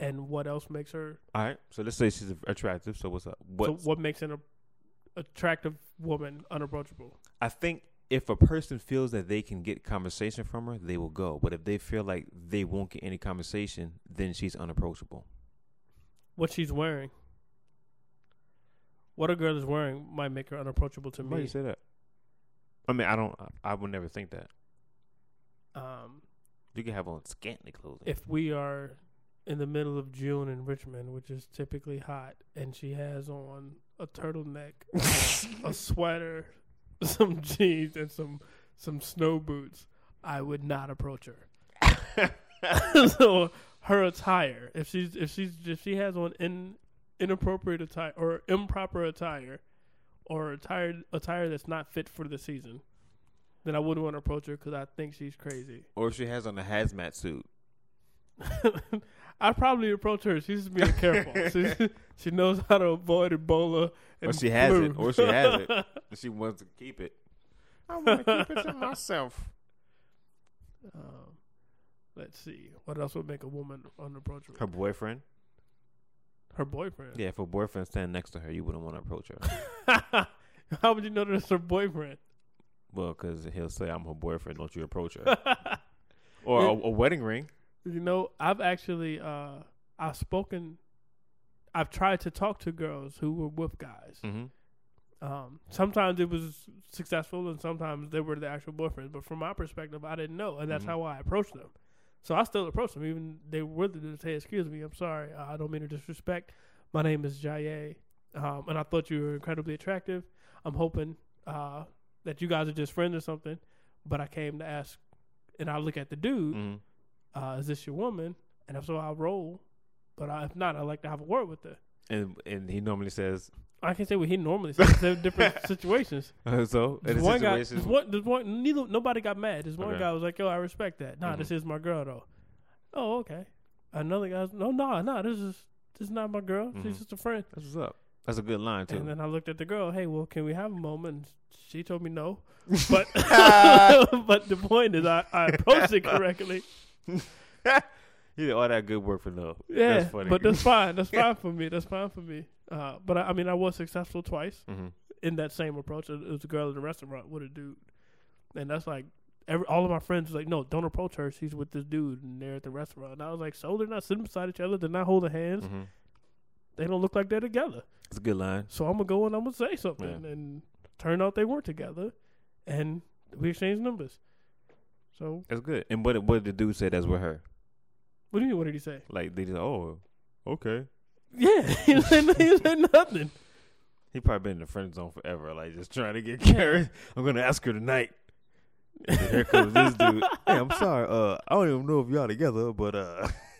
and what else makes her?
All right, so let's say she's attractive. So what's up? What
So what makes an a- attractive woman unapproachable?
I think if a person feels that they can get conversation from her, they will go. But if they feel like they won't get any conversation, then she's unapproachable.
What she's wearing. What a girl is wearing might make her unapproachable to
Why
me.
you say that? I mean, I don't. I, I would never think that.
Um,
You can have on scantily clothing.
if we are in the middle of June in Richmond, which is typically hot, and she has on a turtleneck, a sweater, some jeans, and some some snow boots, I would not approach her. so her attire, if she's if she's if she has on in, inappropriate attire or improper attire, or attire attire that's not fit for the season, then I wouldn't want to approach her because I think she's crazy.
or if she has on a hazmat suit.
I'd probably approach her. She's just being careful. she, she knows how to avoid Ebola. And
Or she has
flu.
it. Or she has it. And she wants to keep it. I want to keep it to myself.
Um, Let's see. What else would make a woman unapproachable?
Her boyfriend?
Her boyfriend.
Yeah, if her boyfriend stand next to her, you wouldn't want to approach her.
How would you know that it's her boyfriend?
well, because he'll say, I'm her boyfriend, don't you approach her. or a, a wedding ring.
You know, I've actually uh I've spoken I've tried to talk to girls who were with guys.
Mm-hmm.
Um sometimes it was successful and sometimes they were the actual boyfriends, but from my perspective I didn't know and that's
Mhm.
how I approached them. So I still approached them even they were to say, "Excuse me, I'm sorry. Uh, I don't mean to disrespect. My name is Jaye. Um and I thought you were incredibly attractive. I'm hoping uh that you guys are just friends or something, but I came to ask and I look at the dude
Mm-hmm.
uh, is this your woman? And if so, I'll roll. But I, if not, I'd like to have a word with her.
And, and he normally says,
I can say what he normally says. They're different situations.
uh, so, in
This
a
one guy,
situation-
this one, this one, neither, nobody got mad. This one
Okay. Mm-hmm.
guy was like, "Yo, I respect that. Nah, this is my girl, though." Oh, okay. Another guy's, "No, nah, nah, this is this is not my girl. She's
Mhm.
just a friend."
That's what's up. That's a good line, too.
And then I looked at the girl. Hey, well, can we have a moment? And she told me no, but but the point is, I, I approached it correctly.
he did all that good work for no.
Yeah,
That's funny.
but that's fine. That's fine for me. That's fine for me. Uh, but I, I mean, I was successful twice
Mhm.
in that same approach. It it was a girl at a restaurant with a dude, and that's like every all of my friends was like, "No, don't approach her. She's with this dude, and they're at the restaurant." And I was like, "So they're not sitting beside each other. They're not holding hands.
Mhm.
They don't look like they're together."
It's a good line.
So I'm gonna go and I'm gonna say something,
Yeah.
and turned out they weren't together, and we exchanged numbers. So
That's good. And what what did the dude say that's with her?
what do you mean? What did he say?
Like they just oh, okay.
Yeah, he said, he said nothing.
He probably been in the friend zone forever, like just trying to get Karen. I'm gonna ask her tonight. And here comes this dude. Hey, I'm sorry. Uh, I don't even know if y'all together, but uh,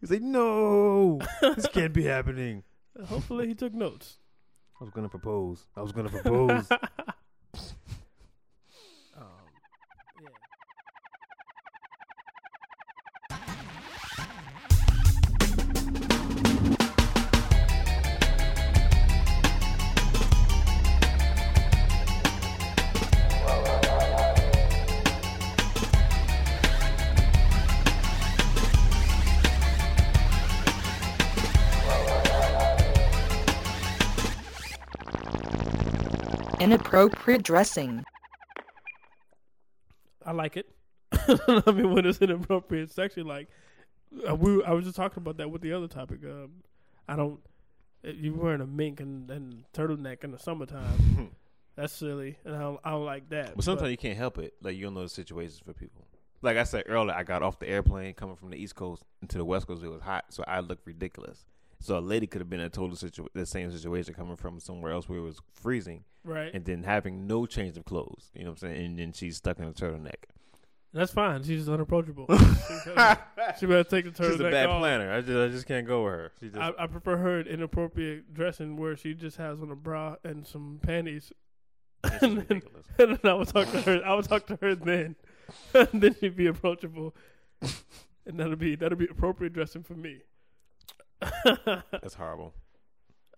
he's like, no, this can't be happening.
Hopefully, he took notes.
I was gonna propose. I was gonna propose.
Inappropriate dressing.
I like it. I mean, when it's inappropriate, it's actually like uh, we. I was just talking about that with the other topic. Um, I don't. if You wearing a mink and, and turtleneck in the summertime. That's silly, and I don't, I don't like that.
But sometimes you can't help it. Like you don't know the situations for people. Like I said earlier, I got off the airplane coming from the East Coast into the West Coast. It was hot, so I looked ridiculous. So a lady could have been in a total situ- the same situation coming from somewhere else where it was freezing,
right?
and then having no change of clothes. You know what I'm saying? And then she's stuck in a turtleneck.
That's fine. She's just unapproachable. she better- she better take the turtleneck
She's a bad
off.
planner. I just I just can't go with her. She just
I, I prefer her inappropriate dressing where she just has on a bra and some panties.
it's
and then-
just ridiculous.
and then I would talk to her. I would talk to her then. and then she'd be approachable, and that'll be that'll be appropriate dressing for me.
That's horrible.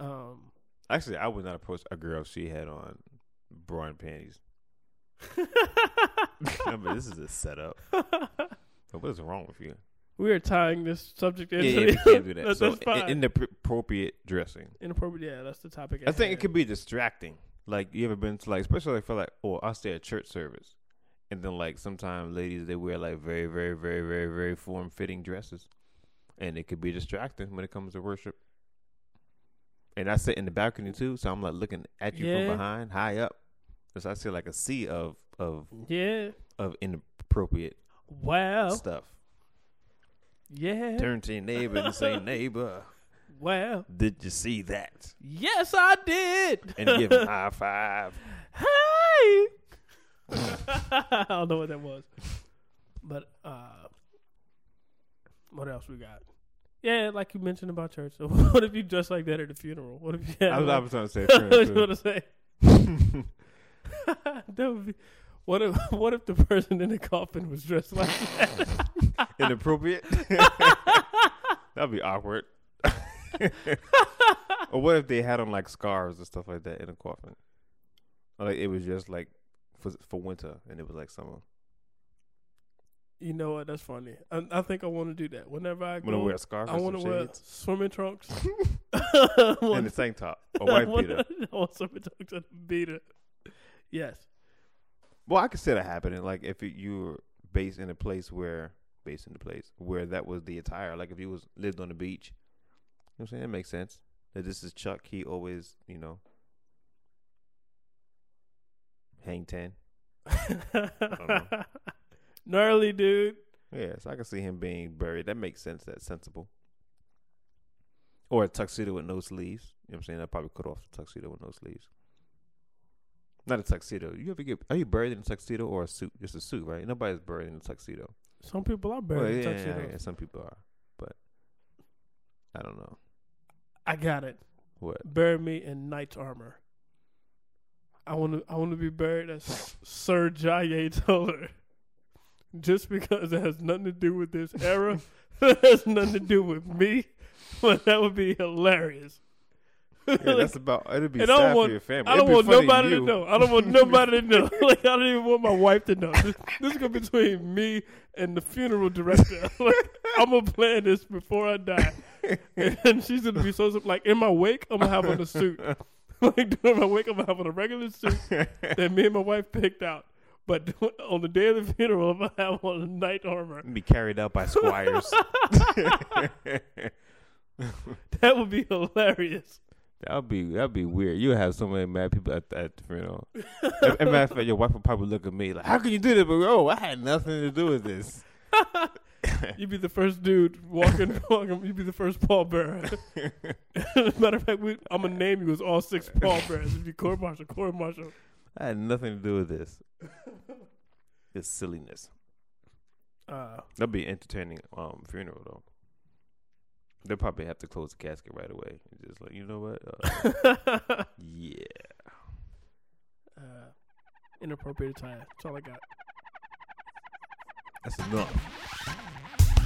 um,
Actually, I would not approach a girl if she had on bra and panties. I mean, this is a setup. What is wrong with you?
we are tying this subject into
yeah, yeah,
the-
we can't do that.
That's,
so
that's fine.
in inappropriate dressing.
Inappropriate. Yeah, that's the topic.
I think it could be distracting. Like you ever been to like, especially like for like, oh, I stay at church service, and then like sometimes ladies they wear like very, very, very, very, very form fitting dresses, and it could be distracting when it comes to worship. And I sit in the balcony too, so I'm like looking at you
Yeah.
from behind, high up, so I see like a sea of of
Yeah.
of inappropriate
Wow.
stuff.
Oh. Yeah.
Turn to your neighbor and say, "Neighbor,
Wow.
did you see that?"
Yes, I did.
And give him a high five.
Hey! I don't know what that was. But uh what else we got? Yeah, like you mentioned about church. So what if you dress like that at a funeral? What if you had
I was, I
like,
was trying to say,
what
parents,
you
too.
want to say? that would be what if what if the person in the coffin was dressed like that?
inappropriate. That'd be awkward. or what if they had on like scarves and stuff like that in a coffin? Or like it was just like for for winter and it was like summer.
You know what? That's funny. I, I think I want to do that. Whenever I
I'm gonna
go,
wear a scarf
I
and
want
some
to wear
shades
swimming trunks. I
and
want-
a tank top, a
I
white
want-
beater.
I want swimming trunks and a beater. Yes.
Well, I could see that happening. Like if it, you were based in a place where based in the place where that was the attire. Like if you was lived on the beach, you know what I'm saying it makes sense. That this is Chuck. He always, you know, hang ten. don't
Gnarly dude.
Yeah, so I can see him being buried. That makes sense. That's sensible. Or a tuxedo with no sleeves. You know what I'm saying? I probably cut off the tuxedo with no sleeves. Not a tuxedo. You ever get? Are you buried in a tuxedo or a suit? It's a suit, right? Nobody's buried in a tuxedo.
Some people are
Well,
buried in
yeah,
tuxedos.
yeah, yeah, some people are, but I don't know
I got it.
what.
Bury me in knight's armor. I want to. I want to be buried as Sir J.A. Toller. Just because it has nothing to do with this era, it has nothing to do with me. But that would be hilarious.
Yeah,
Like,
that's about. It'd be
and I
sad
don't want-
for your family.
I
It'd
don't
be
want
funny
nobody to
you.
know. I don't want nobody to know. Like I don't even want my wife to know. This, this is gonna be between me and the funeral director. Like, I'm gonna plan this before I die, and she's gonna be so like in my wake. I'm gonna have on a suit. Like during my wake, I'm gonna have on a regular suit that me and my wife picked out. But on the day of the funeral, I'm gonna have on a knight armor.
Be carried out by squires.
That would be hilarious.
that'd be that'd be weird. You have so many mad people at, at the funeral. As a matter of fact, your wife would probably look at me like, "How can you do that?" But oh, I had nothing to do with this.
You'd be the first dude walking. walking you'd be the first pallbearer. Matter of fact, we, I'm gonna name you as all six pallbearers if you court martial, court martial.
I had nothing to do with this. It's silliness.
Uh,
That'd be entertaining um funeral though. They'll probably have to close the casket right away. It's Just like you know what? Uh, yeah.
uh, inappropriate attire. That's all I got.
That's enough.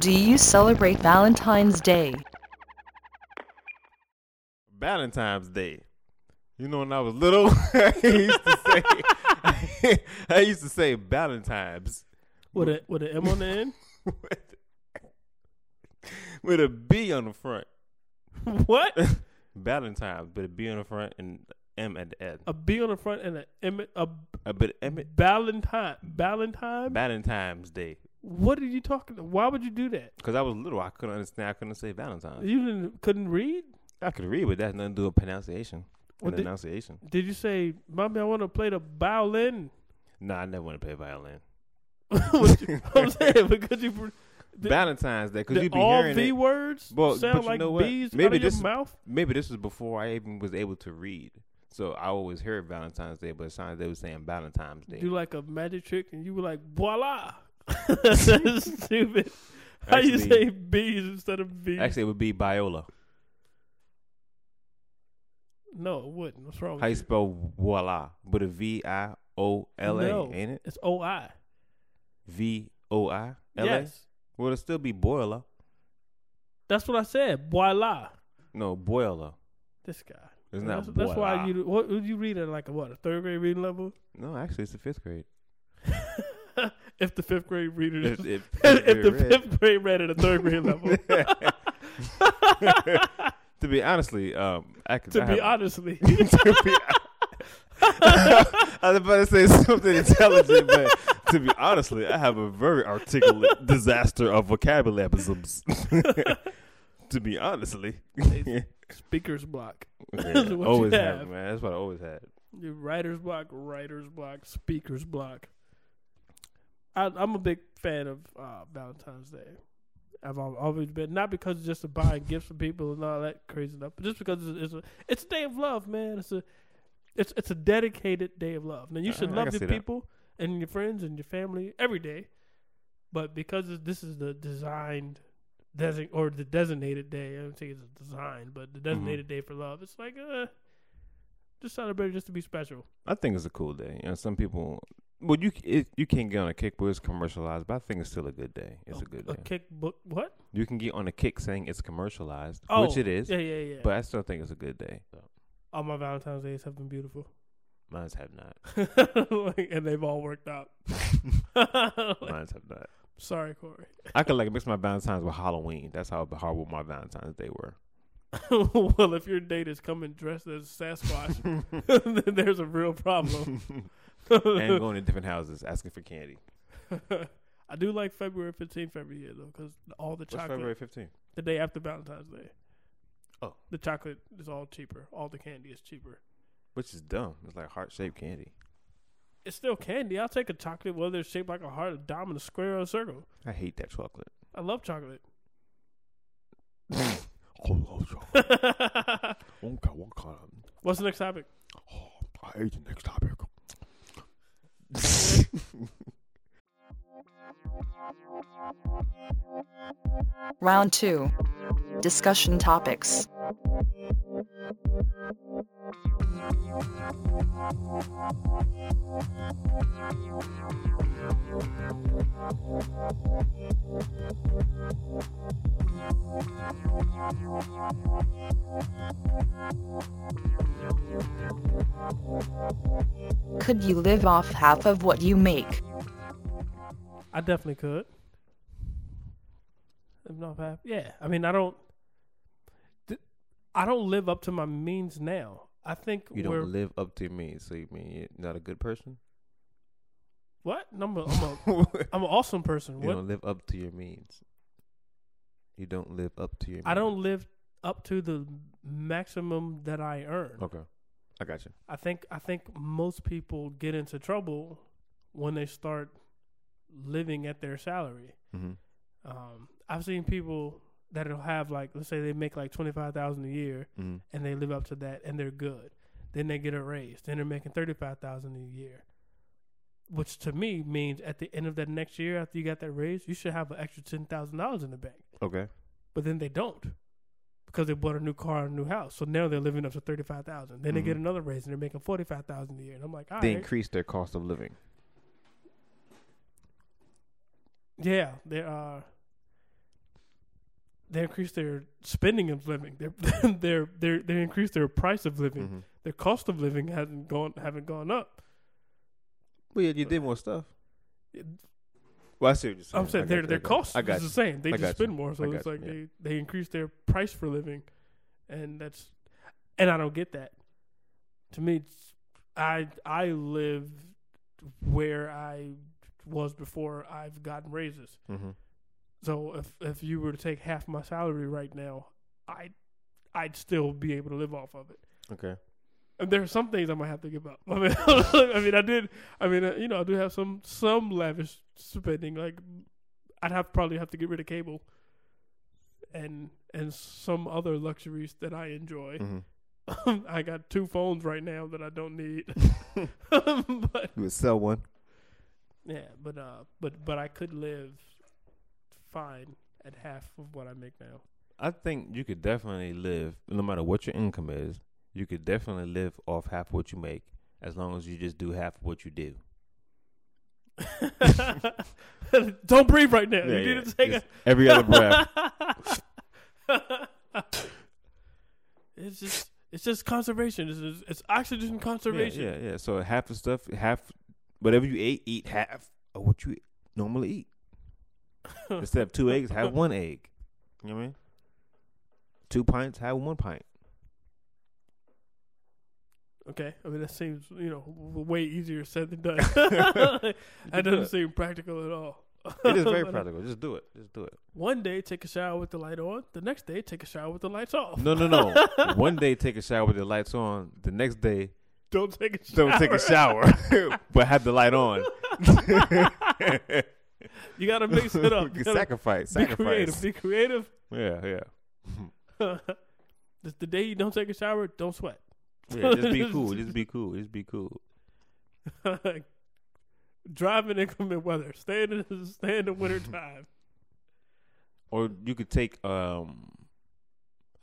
Do you celebrate Valentine's Day?
Valentine's Day. You know when I was little, I used to say I used to say Valentine's
With a with an M on the end.
with a B on the front.
what?
Valentine's, but a B on the front and M at the end.
A B on the front and a M a
A bit M at
Valentine. Valentine.
Valentine's Day.
What are you talking? Why would you do that?
Because I was little, I couldn't understand. I couldn't say Valentine's.
You didn't, couldn't read.
I could read, but that had nothing to do with pronunciation.
Well,
And
did-
enunciation.
Did you say, "Mommy, I want to play the violin"?
No, I never want to play violin.
What you- I'm saying because you pr- Did-
Valentine's Day, because
did
you be
all
hearing
the
it.
words
Well, but
sound
you
like
know what?
bees out
Maybe
of
this-
your mouth.
Maybe this was before I even was able to read, so I always heard Valentine's Day, but sometimes they were saying Valentine's Day.
do like a magic trick and you were like, voila. That's stupid. How you
Actually-
say bees instead of bees?
Actually, it would be Biola.
no, it wouldn't. What's wrong
How you
with
spell voila? But a V I O L A,
No.
ain't it?
you? It's O-I.
V O I L A.
Yes.
Well, it'll still be boiler.
That's what I said. Voila.
No, boiler.
This guy.
It's
And
not
that's, that's why
voila.
you what would you read at like a what, a third grade reading level?
No, actually, it's the fifth grade.
if the fifth grade reader if,
If- if-
if the
if it read.
fifth grade read at a third grade level.
To be honestly, um, I could
to
I
be
have-
honestly.
to be, I was about to say something intelligent, but to be honestly, I have a very articulate disaster of vocabularisms. to be honestly,
Speaker's block.
Yeah,
what you
always have.
have.
man. That's what I always had.
Your writer's block, writer's block, speaker's block. I, I'm a big fan of uh, Valentine's Day. I've al- always been not because it's just to buy gifts for people and all that crazy stuff, but just because it's, it's a it's a day of love, man. It's a it's it's a dedicated day of love. Now you should
I
love
can see
your
that.
people and your friends and your family every day, but because it's- this is the designed design or the
Mm-hmm.
designated day, I don't think it's a design, but the designated day for love. It's like uh, Just celebrate it just to be special.
I think it's a cool day. You know, some people, well, you c- it, you can't get on a kick, but it's commercialized. But I think it's still a good day. It's a good
A
day.
kick book. What?
You can get on a kick saying it's commercialized,
Oh,
which it is.
Yeah, yeah, yeah.
But I still think it's a good day.
all my Valentine's days have been beautiful,
Mine's have not.
Like, and they've all worked out. Like,
Mine's have not.
sorry, Corey.
I could like mix my Valentine's with Halloween. That's how horrible my Valentine's Day were.
well, if your date is coming dressed as Sasquatch, then there's a real problem.
and going to different houses asking for candy.
I do like February 15th every year though, because all the
What's
chocolate
February 15th?
the day after Valentine's Day.
Oh.
the chocolate is all cheaper. All the candy is cheaper.
Which is dumb. It's like heart shaped candy.
It's still candy. I'll take a chocolate, whether it's shaped like a heart, a diamond, a square, or a circle.
I hate that chocolate.
I love chocolate.
I love chocolate.
What's
Okay, what kind of? oh,
the next topic?
I hate the next topic.
Round 2. Discussion topics. Could you live off half of what you make?
I definitely could. If not bad. Yeah. I mean, I don't. th- I don't live up to my means now. I think
You
we're
don't live up to me, so you mean you're not a good person?
what? No, I'm a, I'm, a,
you
I'm an awesome person. What?
don't live up to your means. You don't live up to your.
I don't
means.
live up to the maximum that I earn.
okay, I got you.
I think I think most people get into trouble when they start living at their salary.
Mm-hmm.
Um, I've seen people that'll have like let's say they make like twenty five thousand a year
Mm-hmm.
and they live up to that and they're good. Then they get a raise. Then they're making thirty five thousand a year. Which to me means at the end of that next year after you got that raise, you should have an extra ten thousand dollars in the bank.
Okay.
But then they don't. Because they bought a new car and a new house. So now they're living up to thirty five thousand. Then they get
Mhm.
another raise and they're making forty five thousand a year. And I'm like, all
they
right.
increase their cost of living.
Yeah, they are. They increase their spending of living. Their their their they increase their price of living.
Mhm.
Their cost of living hasn't gone haven't gone up.
Well, yeah, you did more stuff.
It-
Well, I see what you're saying.
I'm saying
I got
their
you,
their
I got you.
cost
I got
is
you.
the same. They
I got
just spend
you.
more, so
I got
it's
you,
like
yeah.
they they increase their price for living, and that's and I don't get that. To me, it's, I I live where I was before I've gotten raises.
Mhm.
So if if you were to take half my salary right now, I I'd still be able to live off of it.
Okay.
And there are some things I might have to give up. I mean, I mean, I did. I mean, uh, you know, I do have some some lavish spending. Like, I'd have probably have to get rid of cable, and and some other luxuries that I enjoy.
Mhm.
I got two phones right now that I don't need. but
You would sell one.
yeah, but uh, but but I could live fine at half of what I make now.
I think you could definitely live, no matter what your income is, you could definitely live off half what you make as long as you just do half what you do.
Don't breathe right now.
Yeah,
you
yeah.
need to take
Just every other breath.
a. it's just it's just conservation. It's just, it's oxygen
Yeah,
conservation.
yeah, yeah. So half the stuff, half whatever you ate, eat half of what you normally eat. Instead of two eggs, have one egg. You know what I mean? Two pints, have one pint.
Okay, I mean that seems you know w- way easier said than done. that doesn't seem practical at all.
It is very
But, uh,
practical. Just do it. Just do it.
One day take a shower with the light on. The next day take a shower with the lights off.
No, no, no. One day take a shower with the lights on. The next day,
Don't take a shower.
don't take a shower, but have the light on.
You gotta mix it up. You gotta
sacrifice,
be creative.
sacrifice.
Be creative.
Yeah, yeah,
Just the day you don't take a shower, don't sweat.
yeah. Just be cool. Just be cool. Just be cool.
Drive in inclement weather. Stay in the, stay in the winter time.
Or you could take um,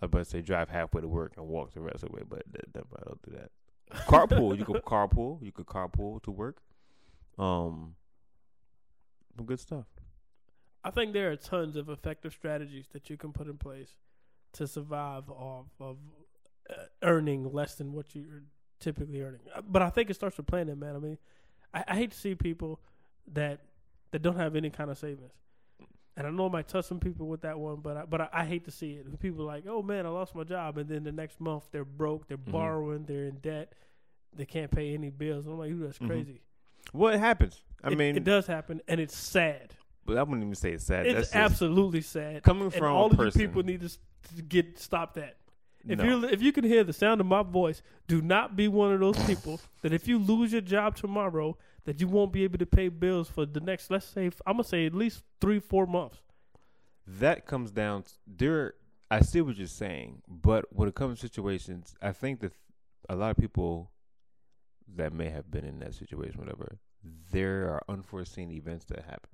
I was about to say drive halfway to work and walk the rest of the way, but that, that, I don't do that. carpool. you could carpool. You could carpool to work. Um, some good stuff.
I think there are tons of effective strategies that you can put in place to survive off of uh, earning less than what you're typically earning. Uh, But I think it starts with planning, man. I mean, I, I hate to see people that that don't have any kind of savings. And I know I might touch some people with that one, but I, but I, I hate to see it. People like, oh man, I lost my job, and then the next month they're broke, they're
Mhm.
borrowing, they're in debt, they can't pay any bills. And I'm like, ooh, that's
Mhm.
crazy.
Well, it happens. I
It-
mean,
it does happen, and it's sad.
but I wouldn't even say it's sad.
It's
That's just,
absolutely sad.
coming
and
from a
all of
person-
you people need to, s- to get stop that. If
No.
you if you can hear the sound of my voice, do not be one of those people that if you lose your job tomorrow, that you won't be able to pay bills for the next. Let's say I'm gonna say at least three four months.
that comes down to, there i see what you're saying but when it comes to situations i think that a lot of people that may have been in that situation whatever there are unforeseen events that happen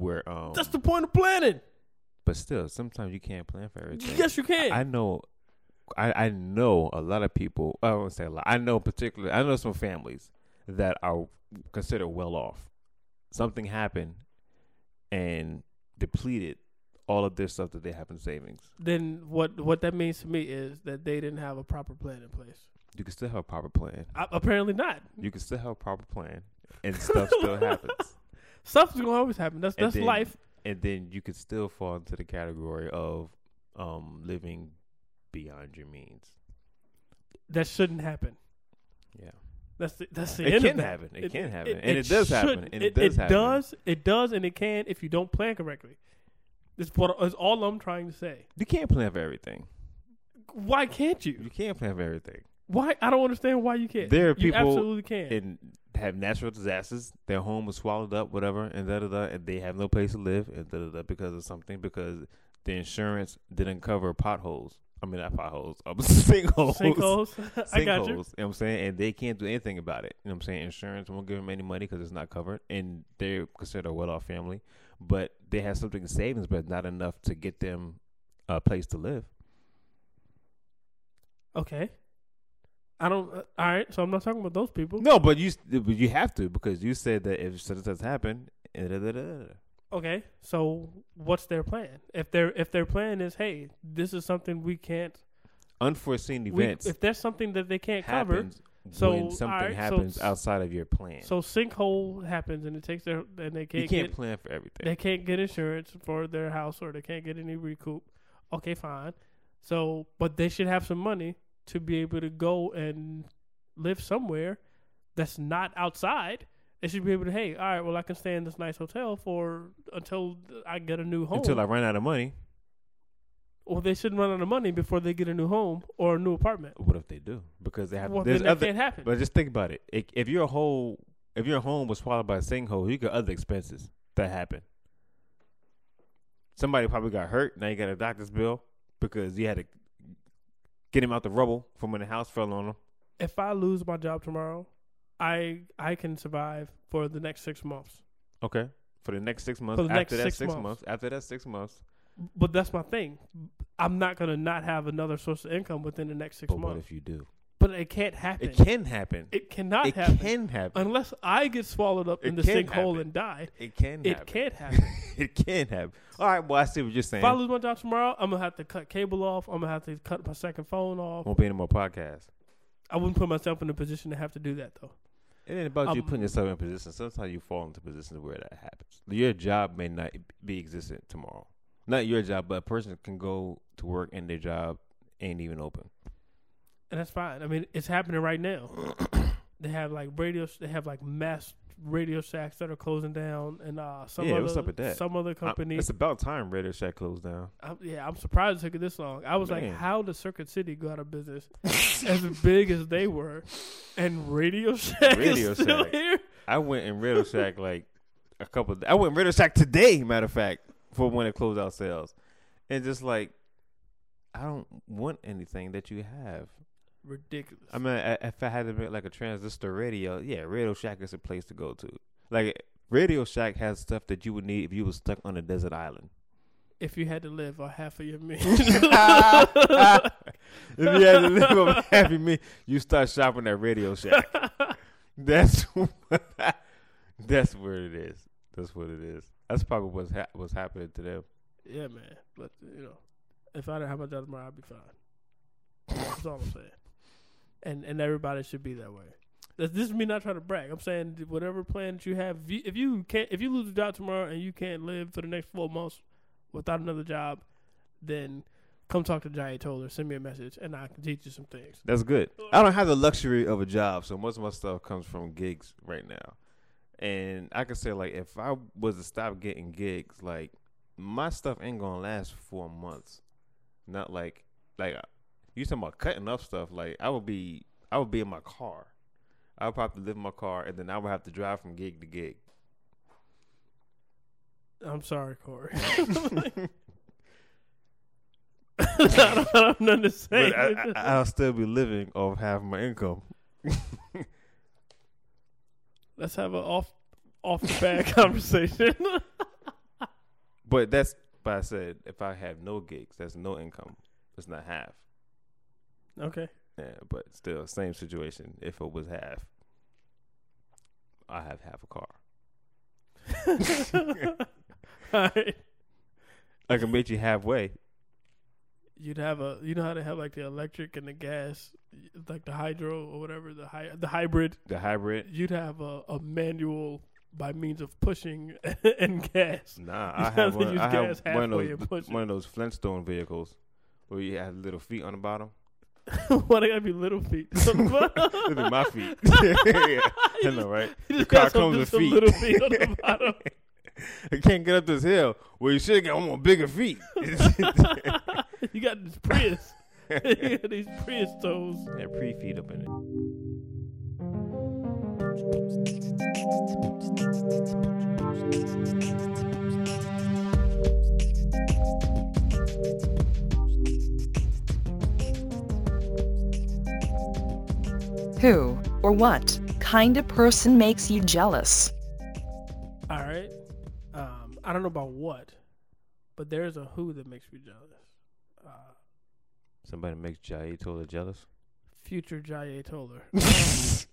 where um
That's the point of planning.
but still sometimes you can't plan for everything
Yes, you can.
i know I, I know a lot of people i won't say a lot i know particularly i know some families that are considered well off something happened and depleted all of their stuff that they have in savings
then what what that means to me is that they didn't have a proper plan in place.
You can still have a proper plan.
I, apparently not.
You can still have a proper plan, and stuff still happens.
Something's gonna always happen. That's
And
that's
then-
life.
And then you can still fall into the category of um, living beyond your means.
That shouldn't happen.
Yeah,
That's the, that's the
it
end
can
of that.
happen. It, can happen, and it, does happen,
should.
and it, does happen.
does. It does, and it can if you don't plan correctly. That's what is all I'm trying to say.
You can't plan for everything.
Why can't
You
you?
can't plan for everything.
Why I don't understand why you can't.
There are
you
people
absolutely can.
And have natural disasters. Their home was swallowed up, whatever, and da da da. And they have no place to live, and da da da, because of something because the insurance didn't cover potholes. I mean, not potholes. Um, sinkholes.
Sinkholes. I got
sinkholes. You
you.
know what I'm saying? And they can't do anything about it. You know what I'm saying? Insurance won't give them any money because it's not covered. And they're considered a well off family. But they have something in savings, but not enough to get them a place to live.
Okay. I don't. Uh, all right. So I'm not talking about those people.
No, but you s- but you have to because you said that if such and such happened, eh, da, da, da, da, da.
Okay. So what's their plan? If their if their plan is, hey, this is something we can't.
unforeseen
We,
events
if there's something that they can't cover,
happens
So,
when something
alright, so-
happens outside of your plan.
so sinkhole happens and it takes their and they can't,
you can't
get
plan for everything.
they can't get insurance for their house or they can't get any recoup. Okay, fine. So, but they should have some money to be able to go and live somewhere that's not outside. They should be able to, hey, all right, well, I can stay in this nice hotel for until I get a new home.
Until I run out of money.
or they shouldn't run out of money before they get a new home or a new apartment.
What if they do? Because they have
Well,
there's
then that
other
can't happen.
But just think about it. I- If your whole, if your home was swallowed by a sinkhole, you got other expenses that happen. Somebody probably got hurt. Now you got a doctor's bill because you had to get him out the rubble from when the house fell on him.
if I lose my job tomorrow, I I can survive for the next six months.
Okay. For the next six months.
For the
after
next
that
six
six,
months.
months. After that six months.
But that's my thing. I'm not gonna not have another source of income within the next six
but what
months.
if you do?
but it can't happen.
It can happen. It,
It cannot happen
can happen.
unless I get swallowed up
It
in the
can
sinkhole
happen.
and die.
it can.
It
happen.
can't happen.
it can happen. All right. Well, I see what you're saying.
if I lose my job tomorrow, I'm gonna have to cut cable off. I'm gonna have to cut my second phone off.
Won't be any more podcasts.
I wouldn't put myself in a position to have to do that though.
It ain't about you
Um,
putting yourself in position. Sometimes you fall into positions where that happens. Your job may not be existent tomorrow. Not your job, but a person can go to work and their job ain't even open.
and that's fine. I mean, it's happening right now. they have like radio. They have like mass radio shacks that are closing down, and uh, some
Yeah,
other
what's up with that?
some other
I-
company.
it's about time Radio Shack closed down.
I'm, yeah, I'm surprised it took it this long. I was like,
Man.
how did Circuit City go out of business as big as they were, and Radio Shack
Radio
is still
Shack.
here?
I went in Radio Shack like a couple. I went in Radio Shack today, matter of fact, for when it closed out sales, and just like I don't want anything that you have.
Ridiculous.
I mean, I- if I had to make like a transistor radio, yeah, Radio Shack is a place to go to. Like, Radio Shack has stuff that you would need if you were stuck on a desert island.
if you had to live on half of your meal.
if you had to live on Happy Me, you start shopping at Radio Shack. That's what- that's what it is. That's what it is. That's probably what's ha- what's happening to them.
yeah, man. But you know, if I didn't have my job tomorrow, I'd be fine. That's all I'm saying. And and everybody should be that way. This, this is me not trying to brag. I'm saying that whatever plan that you have, if you, if you can't, if you lose a job tomorrow and you can't live for the next four months without another job, then come talk to Jay Toller. Send me a message, and I can teach you some things.
That's good. I don't have the luxury of a job, so most of my stuff comes from gigs right now. And I can say like if I was to stop getting gigs, like my stuff ain't gonna last four months. Not like like you talking about cutting up stuff. Like I would be I would be in my car. I would probably live in my car, and then I would have to drive from gig to gig.
I'm sorry, Corey. I don't I don't understand.
But I, I, I'll still be living off half my income.
Let's have an off off the bag conversation.
But that's but I said if I have no gigs, that's no income. It's not half.
okay.
Yeah, but still, same situation. If it was half, I have half a car.
All right.
I can meet you halfway.
You'd have a you know how they have like the electric and the gas, like the hydro or whatever the hy- the hybrid.
The hybrid,
You'd have a, a manual by means of pushing and gas.
nah.
You
I
have
have
to
one.
use
I have
gas
one
halfway
of
and push
those
it.
one of those Flintstone vehicles where you have little feet on the bottom.
Why they gotta be little feet?
Look at my feet. yeah. I know, right?
You
The
just
car
got some,
comes with
just some
feet.
little feet on the bottom.
I can't get up this hill. Well, you should get more bigger feet.
you got this Prius. you got these Prius toes.
and pre feet up in it.
Who or what kind of person makes you jealous?
All right. Um, I don't know about what, but there's a who that makes me jealous. Uh,
Somebody makes Jai Tola jealous.
future Jay Toller. He's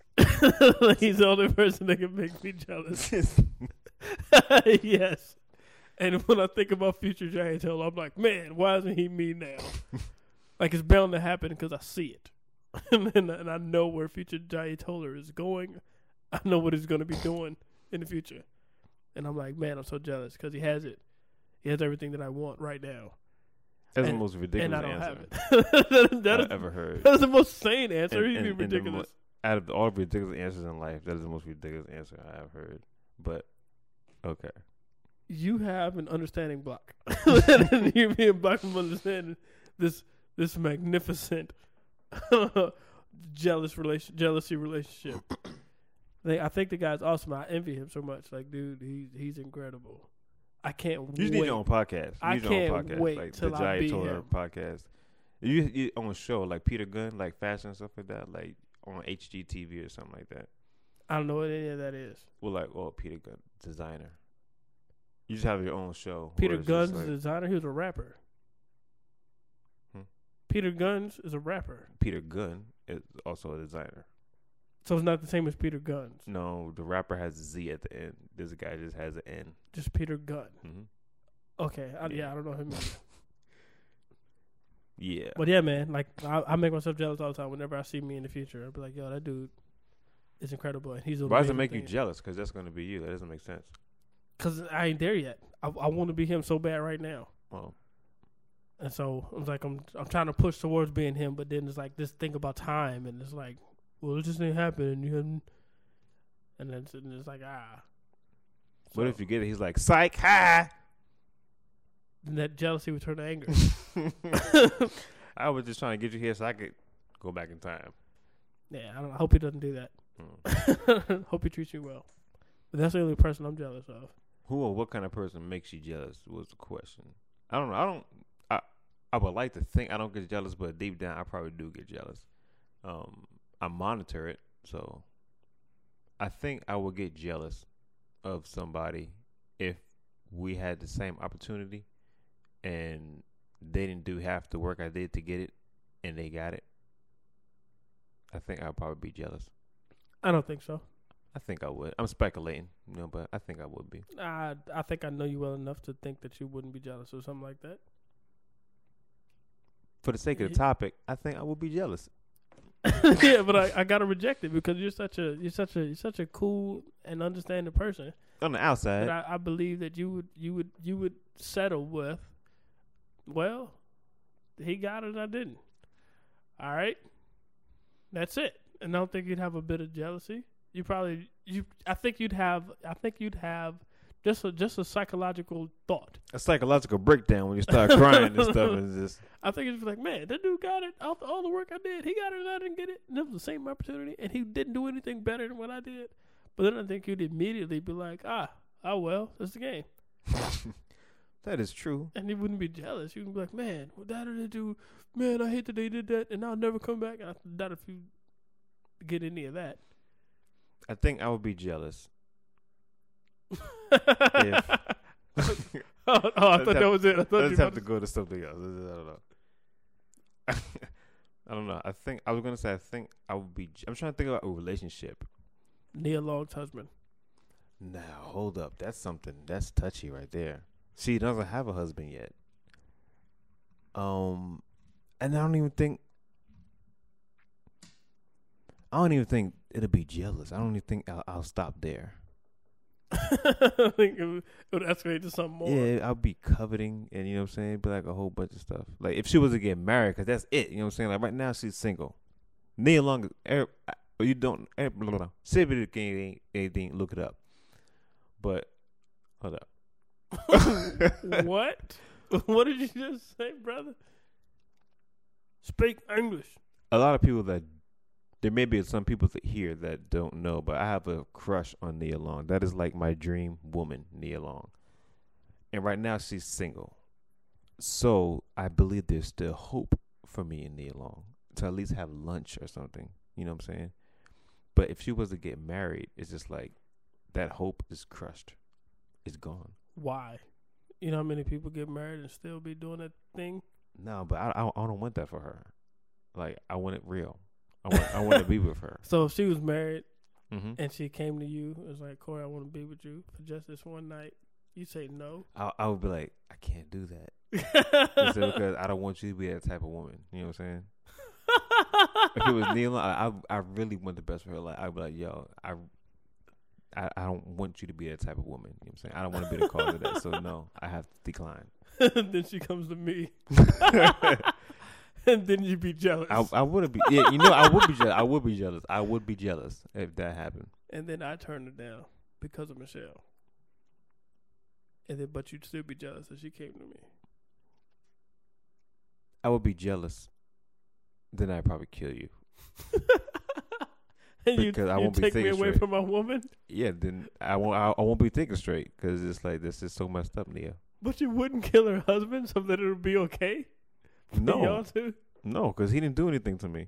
the only person that can make me jealous. yes. And when I think about future Jay Toller, I'm like, man, why isn't he me now? like it's bound to happen because I see it, and, and and I know where future Jay Toller is going. I know what he's going to be doing in the future, and I'm like, man, I'm so jealous because he has it. He has everything that I want right now,
That's
And-
the most
and I
ridiculous
don't
answer
have it. that,
I've
is,
ever heard.
that is the most sane answer.
And-
He'd be
and- and the
ridiculous.
out of all ridiculous answers in life, that is the most ridiculous answer I have heard. But okay,
you have an understanding block. and you're being blocked from understanding this this magnificent jealous relation jealousy relationship. Like, I think the guy's awesome. I envy him so much. Like, dude, he's he's incredible. I can't
you
wait.
just need your own podcast. You
I
need your own
can't
podcast,
wait
like
till
the
I
Jai
be
Toller
him.
podcast. You you on a show like Peter Gunn, like fashion and stuff like that, like on HGTV or something like that.
I don't know what any of that is.
Well, like oh Peter Gunn, designer. You just have your own show. where
Peter
it's
Guns
just
is a
like
designer. He was a rapper.
Hmm.
Peter Guns is a rapper,
Peter Gunn is also a designer.
so it's not the same as Peter Guns.
No, the rapper has a Z at the end. This guy just has an N.
Just Peter Gunn.
Mm-hmm.
Okay, I, yeah.
Yeah.
I don't know him. either.
Yeah,
But yeah, man, like I, I make myself jealous all the time. Whenever I see me in the future, I'll be like, "Yo, that dude is incredible." And he's
why does it make you jealous? Because that's gonna be you. That doesn't make sense.
Because I ain't there yet. I, I want to be him so bad right now,
Well,
and so I'm like, I'm I'm trying to push towards being him, but then it's like this thing about time, and it's like, well, it just didn't happen, and you haven't, and then it's, and it's like, ah.
What
So,
if you get it? He's like, psych, hi.
then that jealousy would turn to anger?
I was just trying to get you here so I could go back in time.
yeah, I don't. I hope he doesn't do that.
Hmm.
hope he treats you well. But that's the only person I'm jealous of.
Who or what kind of person makes you jealous was the question. I don't know. I don't. I I would like to think I don't get jealous, but deep down I probably do get jealous. Um, I monitor it, so I think I would get jealous of somebody if we had the same opportunity and they didn't do half the work I did to get it, and they got it, I think I'd probably be jealous.
I don't think so.
I think I would. I'm speculating, you know, but I think I would be.
I I think I know you well enough to think that you wouldn't be jealous or something like that.
For the sake of the
Yeah.
topic, I think I would be jealous.
yeah, but I, I gotta reject it because you're such a you're such a you're such a cool and understanding person
On the outside,
that I, I believe that you would you would you would settle with. Well, he got it, I didn't. All right, that's it. And I don't think you'd have a bit of jealousy. You probably you I think you'd have I think you'd have just a just a psychological thought.
a psychological breakdown when you start crying and stuff is just
I think it's just like, man, that dude got it. After all the work I did, he got it and I didn't get it. And it was the same opportunity, and he didn't do anything better than what I did. But then I think you'd immediately be like, ah, oh well, it's the game.
that is true.
And you wouldn't be jealous. You'd be like, man, what that did they do? Man, I hate that they did that, and I'll never come back. I doubt if you get any of that.
I think I would be jealous.
oh, oh, I thought that was it. I thought you
Let's
were
have
about
to
to
go to something else. I don't know. I don't know. I think I was gonna say I think I would be. I'm trying to think about a relationship.
Nia Long's husband.
Now hold up, that's something that's touchy right there. She doesn't have a husband yet. Um, and I don't even think. I don't even think it'll be jealous. I don't even think I'll, I'll stop there.
I think it would, it would escalate to something more.
Yeah, I'll be coveting, and you know what I'm saying, be like a whole bunch of stuff. Like if she was to get married, cause that's it. You know what I'm saying. Like right now, she's single. Neil Long, er, I- you don't. Er, blah, blah, blah. Sibby anything, anything, look it up. But hold up.
what? What did you just say, brother? Speak English.
a lot of people that there may be some people that here that don't know, but I have a crush on Nia Long. That is like my dream woman, Nia Long. And right now she's single. So I believe there's still hope for me and Nia Long to at least have lunch or something. You know what I'm saying? But if she was to get married, it's just like that hope is crushed. It's gone.
Why? You know how many people get married and still be doing that thing?
No, but I, I, I don't want that for her. Like I want it real. I want I want to be with her.
So if she was married
hmm
and she came to you, it was like, Corey, I want to be with you for just this one night. You say no.
I, I would be like, I can't do that. He said,
if
because I don't want you to be that type of woman. You know what I'm saying? If it was Neil, I, I I really want the best for her. Like I'd be like, yo, I, I I don't want you to be that type of woman. You know what I'm saying? I don't want to be the cause of that. So no, I have to decline.
then she comes to me. and then you be jealous.
I I wouldn't be. Yeah, you know, I would be jealous. I would be jealous. I would be jealous if that happened.
and then I turned it down because of Michelle. And then, but you'd still be jealous that she came to me.
I would be jealous. Then I'd probably kill you.
and you,
Because I
you
won't be
take me
thinking
away
straight.
from my woman,
Yeah, then I won't. I, I won't be thinking straight because it's like this is so messed up, Nia.
but you wouldn't kill her husband so that it would be okay. for y'all
No,
two.
no, because he didn't do anything to me.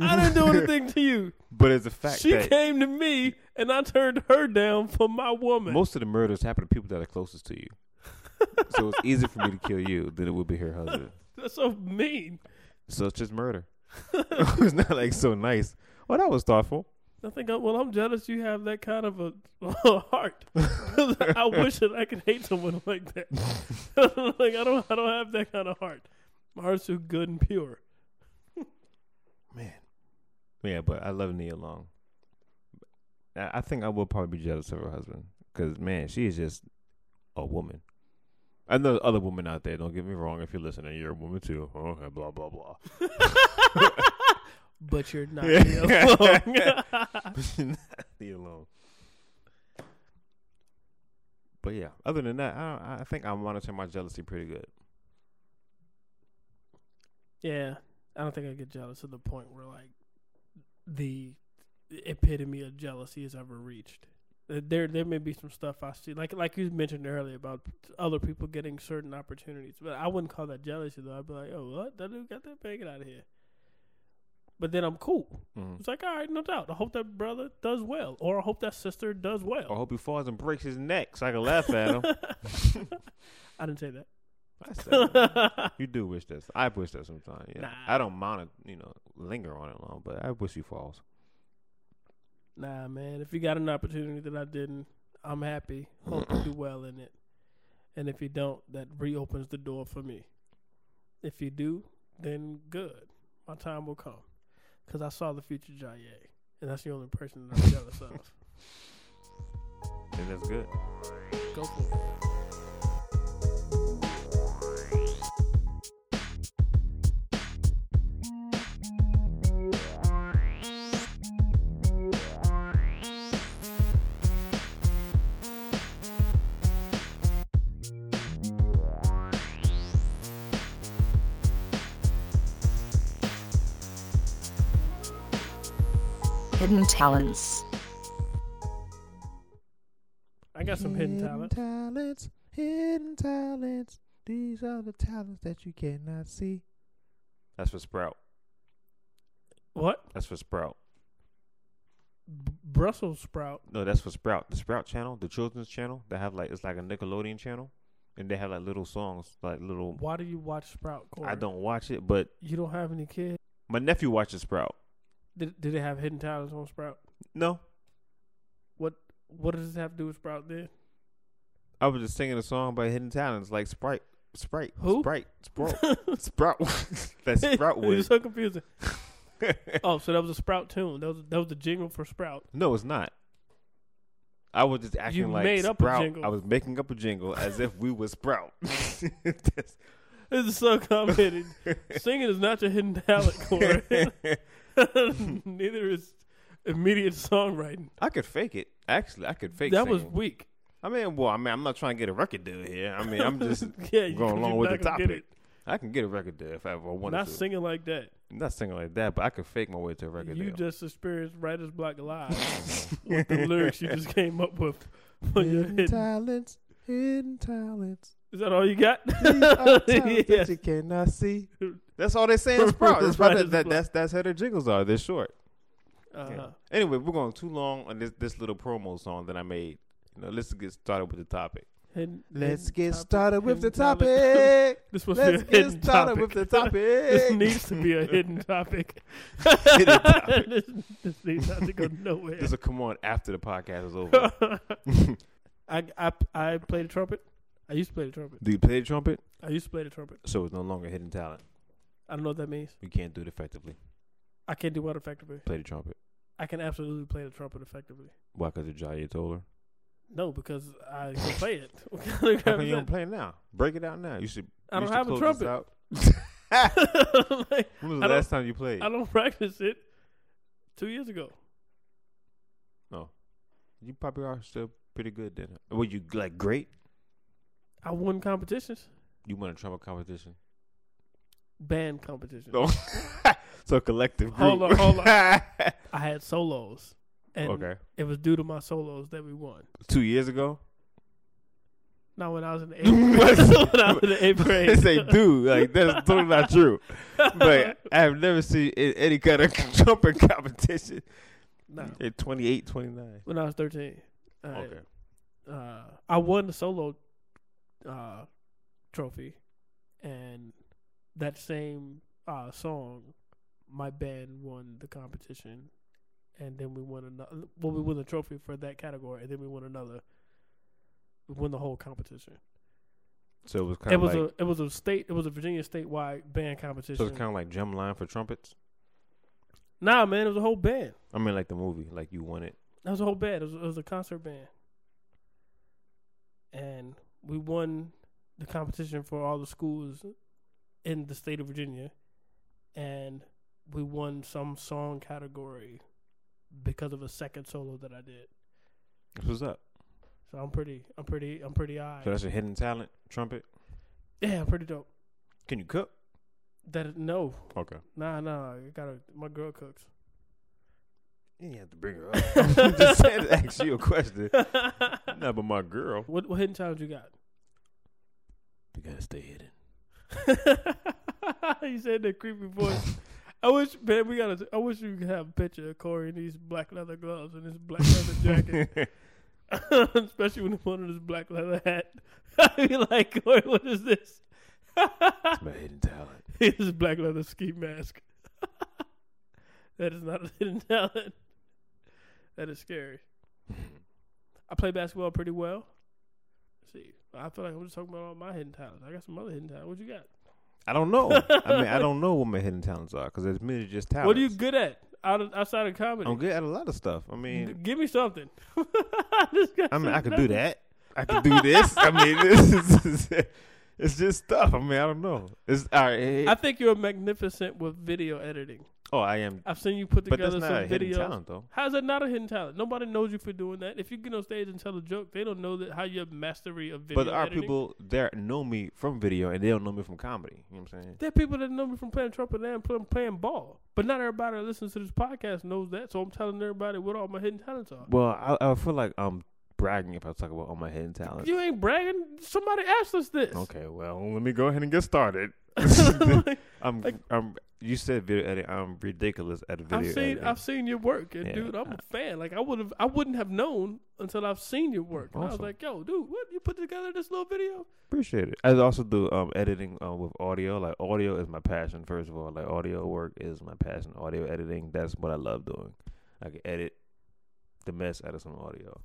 I didn't do anything to you.
But it's a fact
she
that
came to me, and I turned her down for my woman.
most of the murders happen to people that are closest to you. so it's easier for me to kill you than it would be her husband.
That's so mean.
So it's just murder. it's not like so nice. Well, that was thoughtful.
I think, I, well, I'm jealous you have that kind of a, a heart. 'Cause I wish that I could hate someone like that. like I don't, I don't have that kind of heart. My heart's so good and pure.
Man. Yeah, but I love Nia Long. I I think I would probably be jealous of her husband because, man, she is just a woman. I know there's other women out there. Don't get me wrong. If you're listening, you're a woman too. Okay, blah blah blah.
But you're not.
Leave it alone. But yeah, other than that, I don't, I think I monitor my jealousy pretty good.
Yeah, I don't think I get jealous to the point where like the epitome of jealousy is ever reached. Uh, There, there may be some stuff I see, like like you mentioned earlier about other people getting certain opportunities, but I wouldn't call that jealousy though. I'd be like, oh, what that dude got that bag out of here. But then I'm cool.
Mm-hmm.
It's like, all right, no doubt. I hope that brother does well, or I hope that sister does well.
I hope he falls and breaks his neck so I can laugh at him.
I didn't say that.
I said, you do wish that. I wish that sometimes. Yeah.
Nah.
I don't mind it, you know, linger on it long, but I wish you falls.
Nah, man. If you got an opportunity that I didn't, I'm happy. Hope you do well in it. And if you don't, that reopens the door for me. If you do, then good. My time will come. Because I saw the future Jaye. And that's the only person that I'm jealous of.
And that's good.
Go for it.
Hidden talents.
I got some hidden talent.
talents. Hidden talents. These are the talents that you cannot see. That's for Sprout.
What?
That's for Sprout.
B- Brussels sprout.
No, that's for Sprout. The Sprout channel, the children's channel, they have like it's like a Nickelodeon channel, and they have like little songs, like little.
Why do you watch Sprout? Corey?
I don't watch it, but
You don't have any kids.
my nephew watches Sprout.
Did, did they have hidden talents on Sprout?
No,
What What does this have to do with Sprout then?
I was just singing a song by Hidden Talents, like Sprite, Sprite,
Who?
Sprite, Sprout, Sprout. that Sprout
It's
was.
so confusing. Oh, so that was a Sprout tune. That was that was the jingle for Sprout.
no, it's not. I was just acting
You
like
made up a
Sprout.
jingle.
I was making up a jingle as if we were Sprout.
This is so complicated. Singing is not your hidden talent, Corey. Neither is immediate songwriting.
I could fake it. Actually, I could fake
that was
singing.
weak.
I mean, well, I mean, I'm not trying to get a record deal here. I mean, I'm just
Yeah, you-
going along
you're
with the
not gonna get
topic.
it.
I can get a record deal if I ever wanted
Not
to.
singing like that.
not singing like that, but I could fake my way to a record
You
deal.
just experienced writer's block live with the lyrics you just came up with for your hidden.
talents, hidden talents.
Is that all you got? Yes.
cannot see. That's all they saying is Sprout. That's,
Right,
why that,
it's
that,
Sprout.
that's that's how their jingles are. They're short.
Uh-huh.
Anyway, we're going too long on this this little promo song that I made. You know, let's get started with the topic.
Hidden-
Let's
hidden
get
topic,
started with the
hidden talent.
topic.
this was
Let's
a
get
hidden
started
topic.
with the
this
topic.
needs to be a hidden topic.
Hidden topic.
this, this needs not to go nowhere.
This will come on after the podcast is over.
I, I I play the trumpet. I used to play the trumpet.
do you play the trumpet?
I used to play the trumpet.
So it's no longer hidden talent.
I don't know what that means.
You can't do it effectively.
I can't do what effectively.
Play the trumpet.
I can absolutely play the trumpet effectively.
Why? Because of Jaya Toller.
No, because I can play it. What kind of
How
crap
come
is
you don't
that?
play it now? Break it out now. You should.
I
you
don't
should
have a
close this
trumpet.
out.
Like, I
When was the
don't-
last time you played?
I don't practice it. Two years ago.
No. You probably are still pretty good then. Were you like great?
I won competitions,
You won a trumpet competition.
band competitions.
No. so collective group.
Hold on, hold on. I had solos, and
okay.
it was due to my solos that we won.
Two years ago.
Not when I was in the eighth. when I was in the eighth grade.
They say dude, like that's totally not true. But I've never seen a- any kind of trumpet competition.
No.
At 28, 29.
When I was thirteen. I,
Okay.
Uh, I won the solo uh, trophy, and that same uh, song, my band won the competition, and then we won another. Well, we won the trophy for that category, and then we won another. We won the whole competition.
So it was kind
It
of
was
like
a it was a state it was a Virginia statewide band competition.
so it's kind of like Gemline for trumpets.
nah, man, it was a whole band.
I mean, like the movie, like you won it.
That was a whole band. It was, it was a concert band, and we won the competition for all the schools in the state of Virginia, and we won some song category because of a second solo that I did.
This was up.
So I'm pretty, I'm pretty, I'm pretty high.
So that's a hidden talent, trumpet.
Yeah, I'm pretty dope.
Can you cook?
That is- no,
Okay.
nah, nah. I gotta. My girl cooks.
You didn't have to bring her up. I'm just saying to ask you a question. No, but my girl.
What what hidden talent you got?
You gotta stay hidden.
he said that creepy voice. I wish, man, we gotta. I wish you could have a picture of Corey in these black leather gloves and this black leather jacket, especially when he wanted this black leather hat. I'd be like, Corey, what is this?
That's my hidden talent.
his black leather ski mask. that is not a hidden talent. That is scary. I play basketball pretty well. see, I feel like I'm just talking about all my hidden talents. I got some other hidden talents. What you got?
I don't know. I mean, I don't know what my hidden talents are because it's merely just talent.
What are you good at out of, outside of comedy?
I'm good at a lot of stuff. I
D-
mean,
Give me something. I just got
I mean, I
something
could do that. I could do this. I mean, this is it's just stuff. I mean, I don't know. It's all right. eh,
I think you're magnificent with video editing.
oh, I am.
I've seen you put
But that's
together
not a
some
hidden
videos.
talent, though.
How's that not a hidden talent? Nobody knows you for doing that. If you get on stage and tell a joke, they don't know that how you have mastery of video.
But there are
editing.
people that know me from video and they don't know me from comedy. You know what I'm saying?
There are people that know me from playing trumpet and playing, playing ball, but not everybody that listens to this podcast knows that. So I'm telling everybody what all my hidden talents are.
Well, I, I feel like I'm bragging if I talk about all my hidden talents.
You ain't bragging. Somebody asked us this.
Okay, well, let me go ahead and get started.
Like,
I'm, I'm. You said video editing. I'm ridiculous at video
I've seen
editing.
I've seen your work, and
Yeah.
dude, I'm a fan. Like I would have, I wouldn't have known until I've seen your work. And I was
Awesome.
like, yo, dude, what you put together this little video?
Appreciate it. I also do um editing uh, with audio. Like audio is my passion. First of all, like audio work is my passion. Audio editing. That's what I love doing. I can edit the mess out of some audio.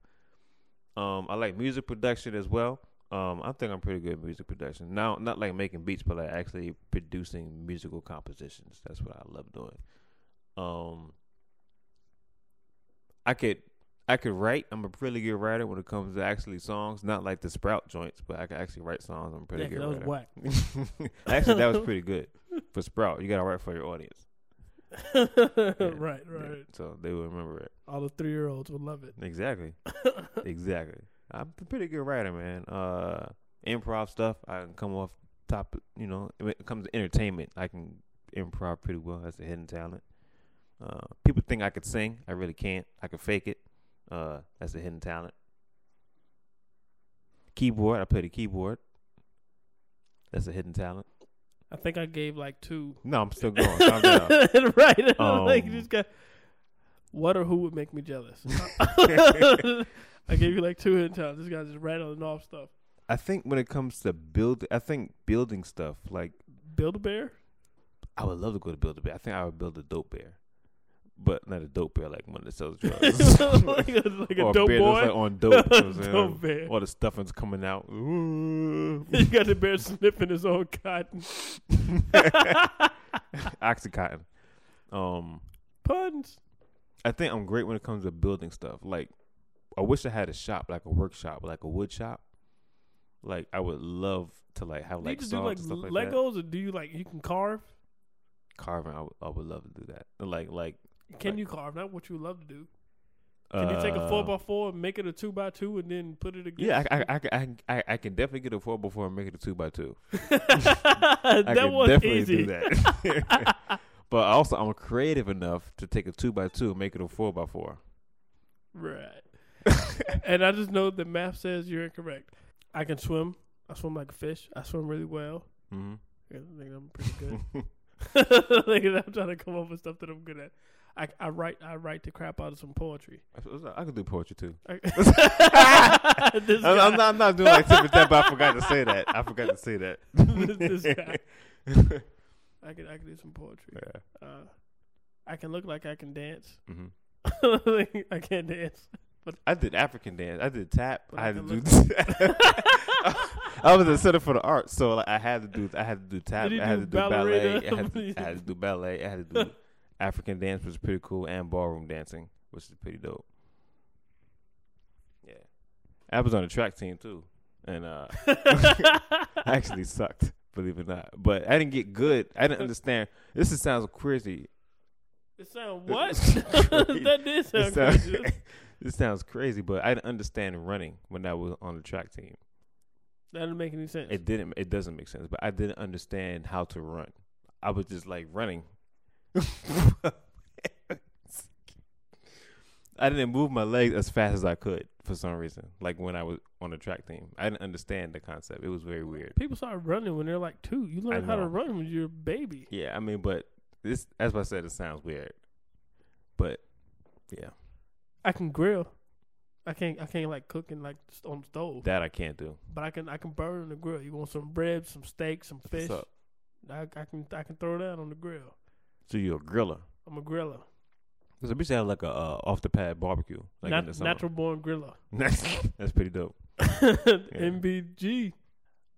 Um, I like music production as well. Um, I think I'm pretty good at music production. Now, not like making beats, but like actually producing musical compositions. That's what I love doing. Um, I could I could write. I'm a pretty good writer when it comes to actually songs. Not like the sprout joints, but I can actually write songs. I'm a pretty
Yeah, 'cause
good.
that was
writer.
whack.
actually, that was pretty good for sprout. You got to write for your audience. Yeah,
right,
Yeah,
right.
So they will remember it.
All the three year olds would love it.
Exactly. exactly. I'm a pretty good writer, man. Uh, improv stuff. I can come off top. You know, when it comes to entertainment, I can improv pretty well. That's a hidden talent. Uh, people think I could sing. I really can't. I could fake it. Uh, that's a hidden talent. Keyboard. I play the keyboard. That's a hidden talent.
I think I gave like two.
No, I'm still going. Calm down.
right. like you
Um,
just got what or who would make me jealous. I gave you like two hidden talents. This guy's just rattling off stuff.
I think when it comes to build, I think building stuff like
Build a bear.
I would love to go to Build a Bear. I think I would build a dope bear, but not a dope bear like one that sells
like
drugs.
a, like a
or
dope
bear
boy.
that's like oh, on dope. You know what I'm
Dope
saying?
bear.
All the stuffing's coming out.
you got the bear sniffing his own cotton.
Oxycontin. Um,
Puns.
I think I'm great when it comes to building stuff. Like, I wish I had a shop, like a workshop, like a wood shop. Like, I would love to like have
Do you
like
just
saws
do like
and stuff like that.
Legos, or do you like you can carve?
Carving, I would, I would love to do that. Like, like.
Can
Like-
you carve? Not what you love to do. Can you take a
uh,
four by four and make it a two by two and then put it again?
Yeah, I, I, I, can- I, I can definitely get a four before I make it a two by two. I
that
can
was
definitely
easy.
do that. but also, I'm creative enough to take a two by two and make it a four by four.
Right. and I just know the map says you're incorrect. I can swim. I swim like a fish. I swim really well.
Mhm.
I think I'm pretty good. Like, I'm trying to come up with stuff that I'm good at. I, I write I write the crap out of some poetry.
I could do poetry too.
I,
I'm, I'm not, I'm not doing like Tip that, but I forgot to say that. I forgot to say that.
This- this guy. I can I can do some poetry.
Yeah.
Uh, I can look like I can dance.
Mhm.
Like, I can't dance.
I did African dance. I did tap.
But
I
I
had to
can
do.
look-
I was in Center for the Arts, so like, I had to do. I had to do tap.
Did you
I had
do
to do ballet.
ballerina?
I had to, I had to do ballet. I had to do African dance, which is pretty cool, and ballroom dancing, which is pretty dope. Yeah, I was on the track team too, and uh, I actually sucked, believe it or not. But I didn't get good. I didn't understand. This is, sounds crazy.
It sound what?
crazy.
that did sound
This sounds-
crazy. That's-
this sounds crazy, but I didn't understand running when I was on the track team.
That didn't make any sense.
It didn't. It doesn't make sense. But I didn't understand how to run. I was just like running. I didn't move my legs as fast as I could for some reason. Like when I was on the track team, I didn't understand the concept. It was very weird.
People start running when they're like two. You learn how to
know.
run when you're a baby.
Yeah, I mean, but this, as I said, it sounds weird. But yeah,
I can grill. I can't I can't like cooking like s- on the stove,
That I can't do.
but I can I can burn on the grill. You want some bread, some steak, some
What's
fish?
up?
I, I can I can throw that on the grill.
So you're a griller.
I'm a griller,
Because we should have like a uh, off the pad barbecue. Like in the
Nat-
summer.
natural born griller.
That's pretty dope.
MBG.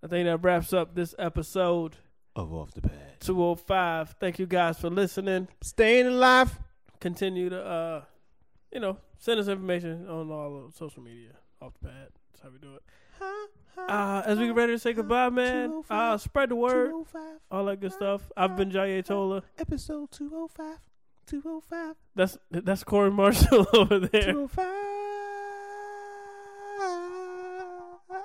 I think that wraps up this episode
Of off the pad.
205. Thank you guys for listening.
Staying alive.
Continue to uh, you know, send us information on all of social media. Off the pad. That's how we do it. Uh, as we get ready to say goodbye, man, uh, spread the word,
oh
all that good stuff. I've been Jaye Tola.
Episode 205. 205.
That's that's Corey Marshall over there.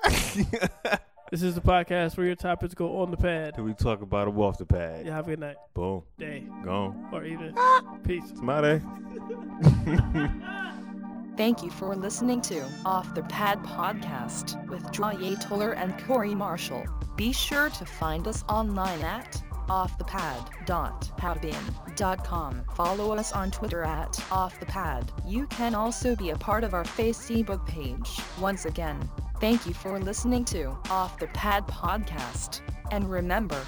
205.
This is the podcast where your topics go on the pad.
Do we talk about a off the pad?
Yeah, have a good night,
Boom.
day,
Gone.
or evening. Peace.
It's my day.
Thank you for listening to Off the Pad Podcast with Draye Toller and Corey Marshall. Be sure to find us online at offthepad.podbean.com. Follow us on Twitter at offthepad. You can also be a part of our Facebook page. Once again, thank you for listening to Off the Pad Podcast. And remember,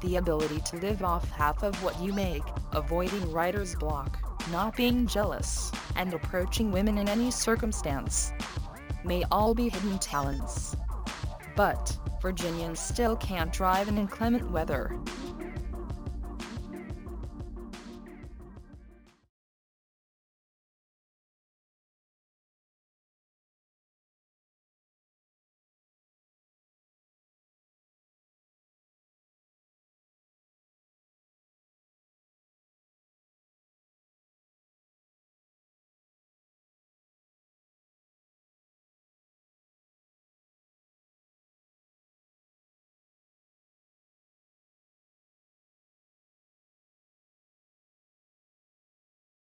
the ability to live off half of what you make, avoiding writer's block, not being jealous, and approaching women in any circumstance may all be hidden talents. But, Virginians still can't drive in inclement weather.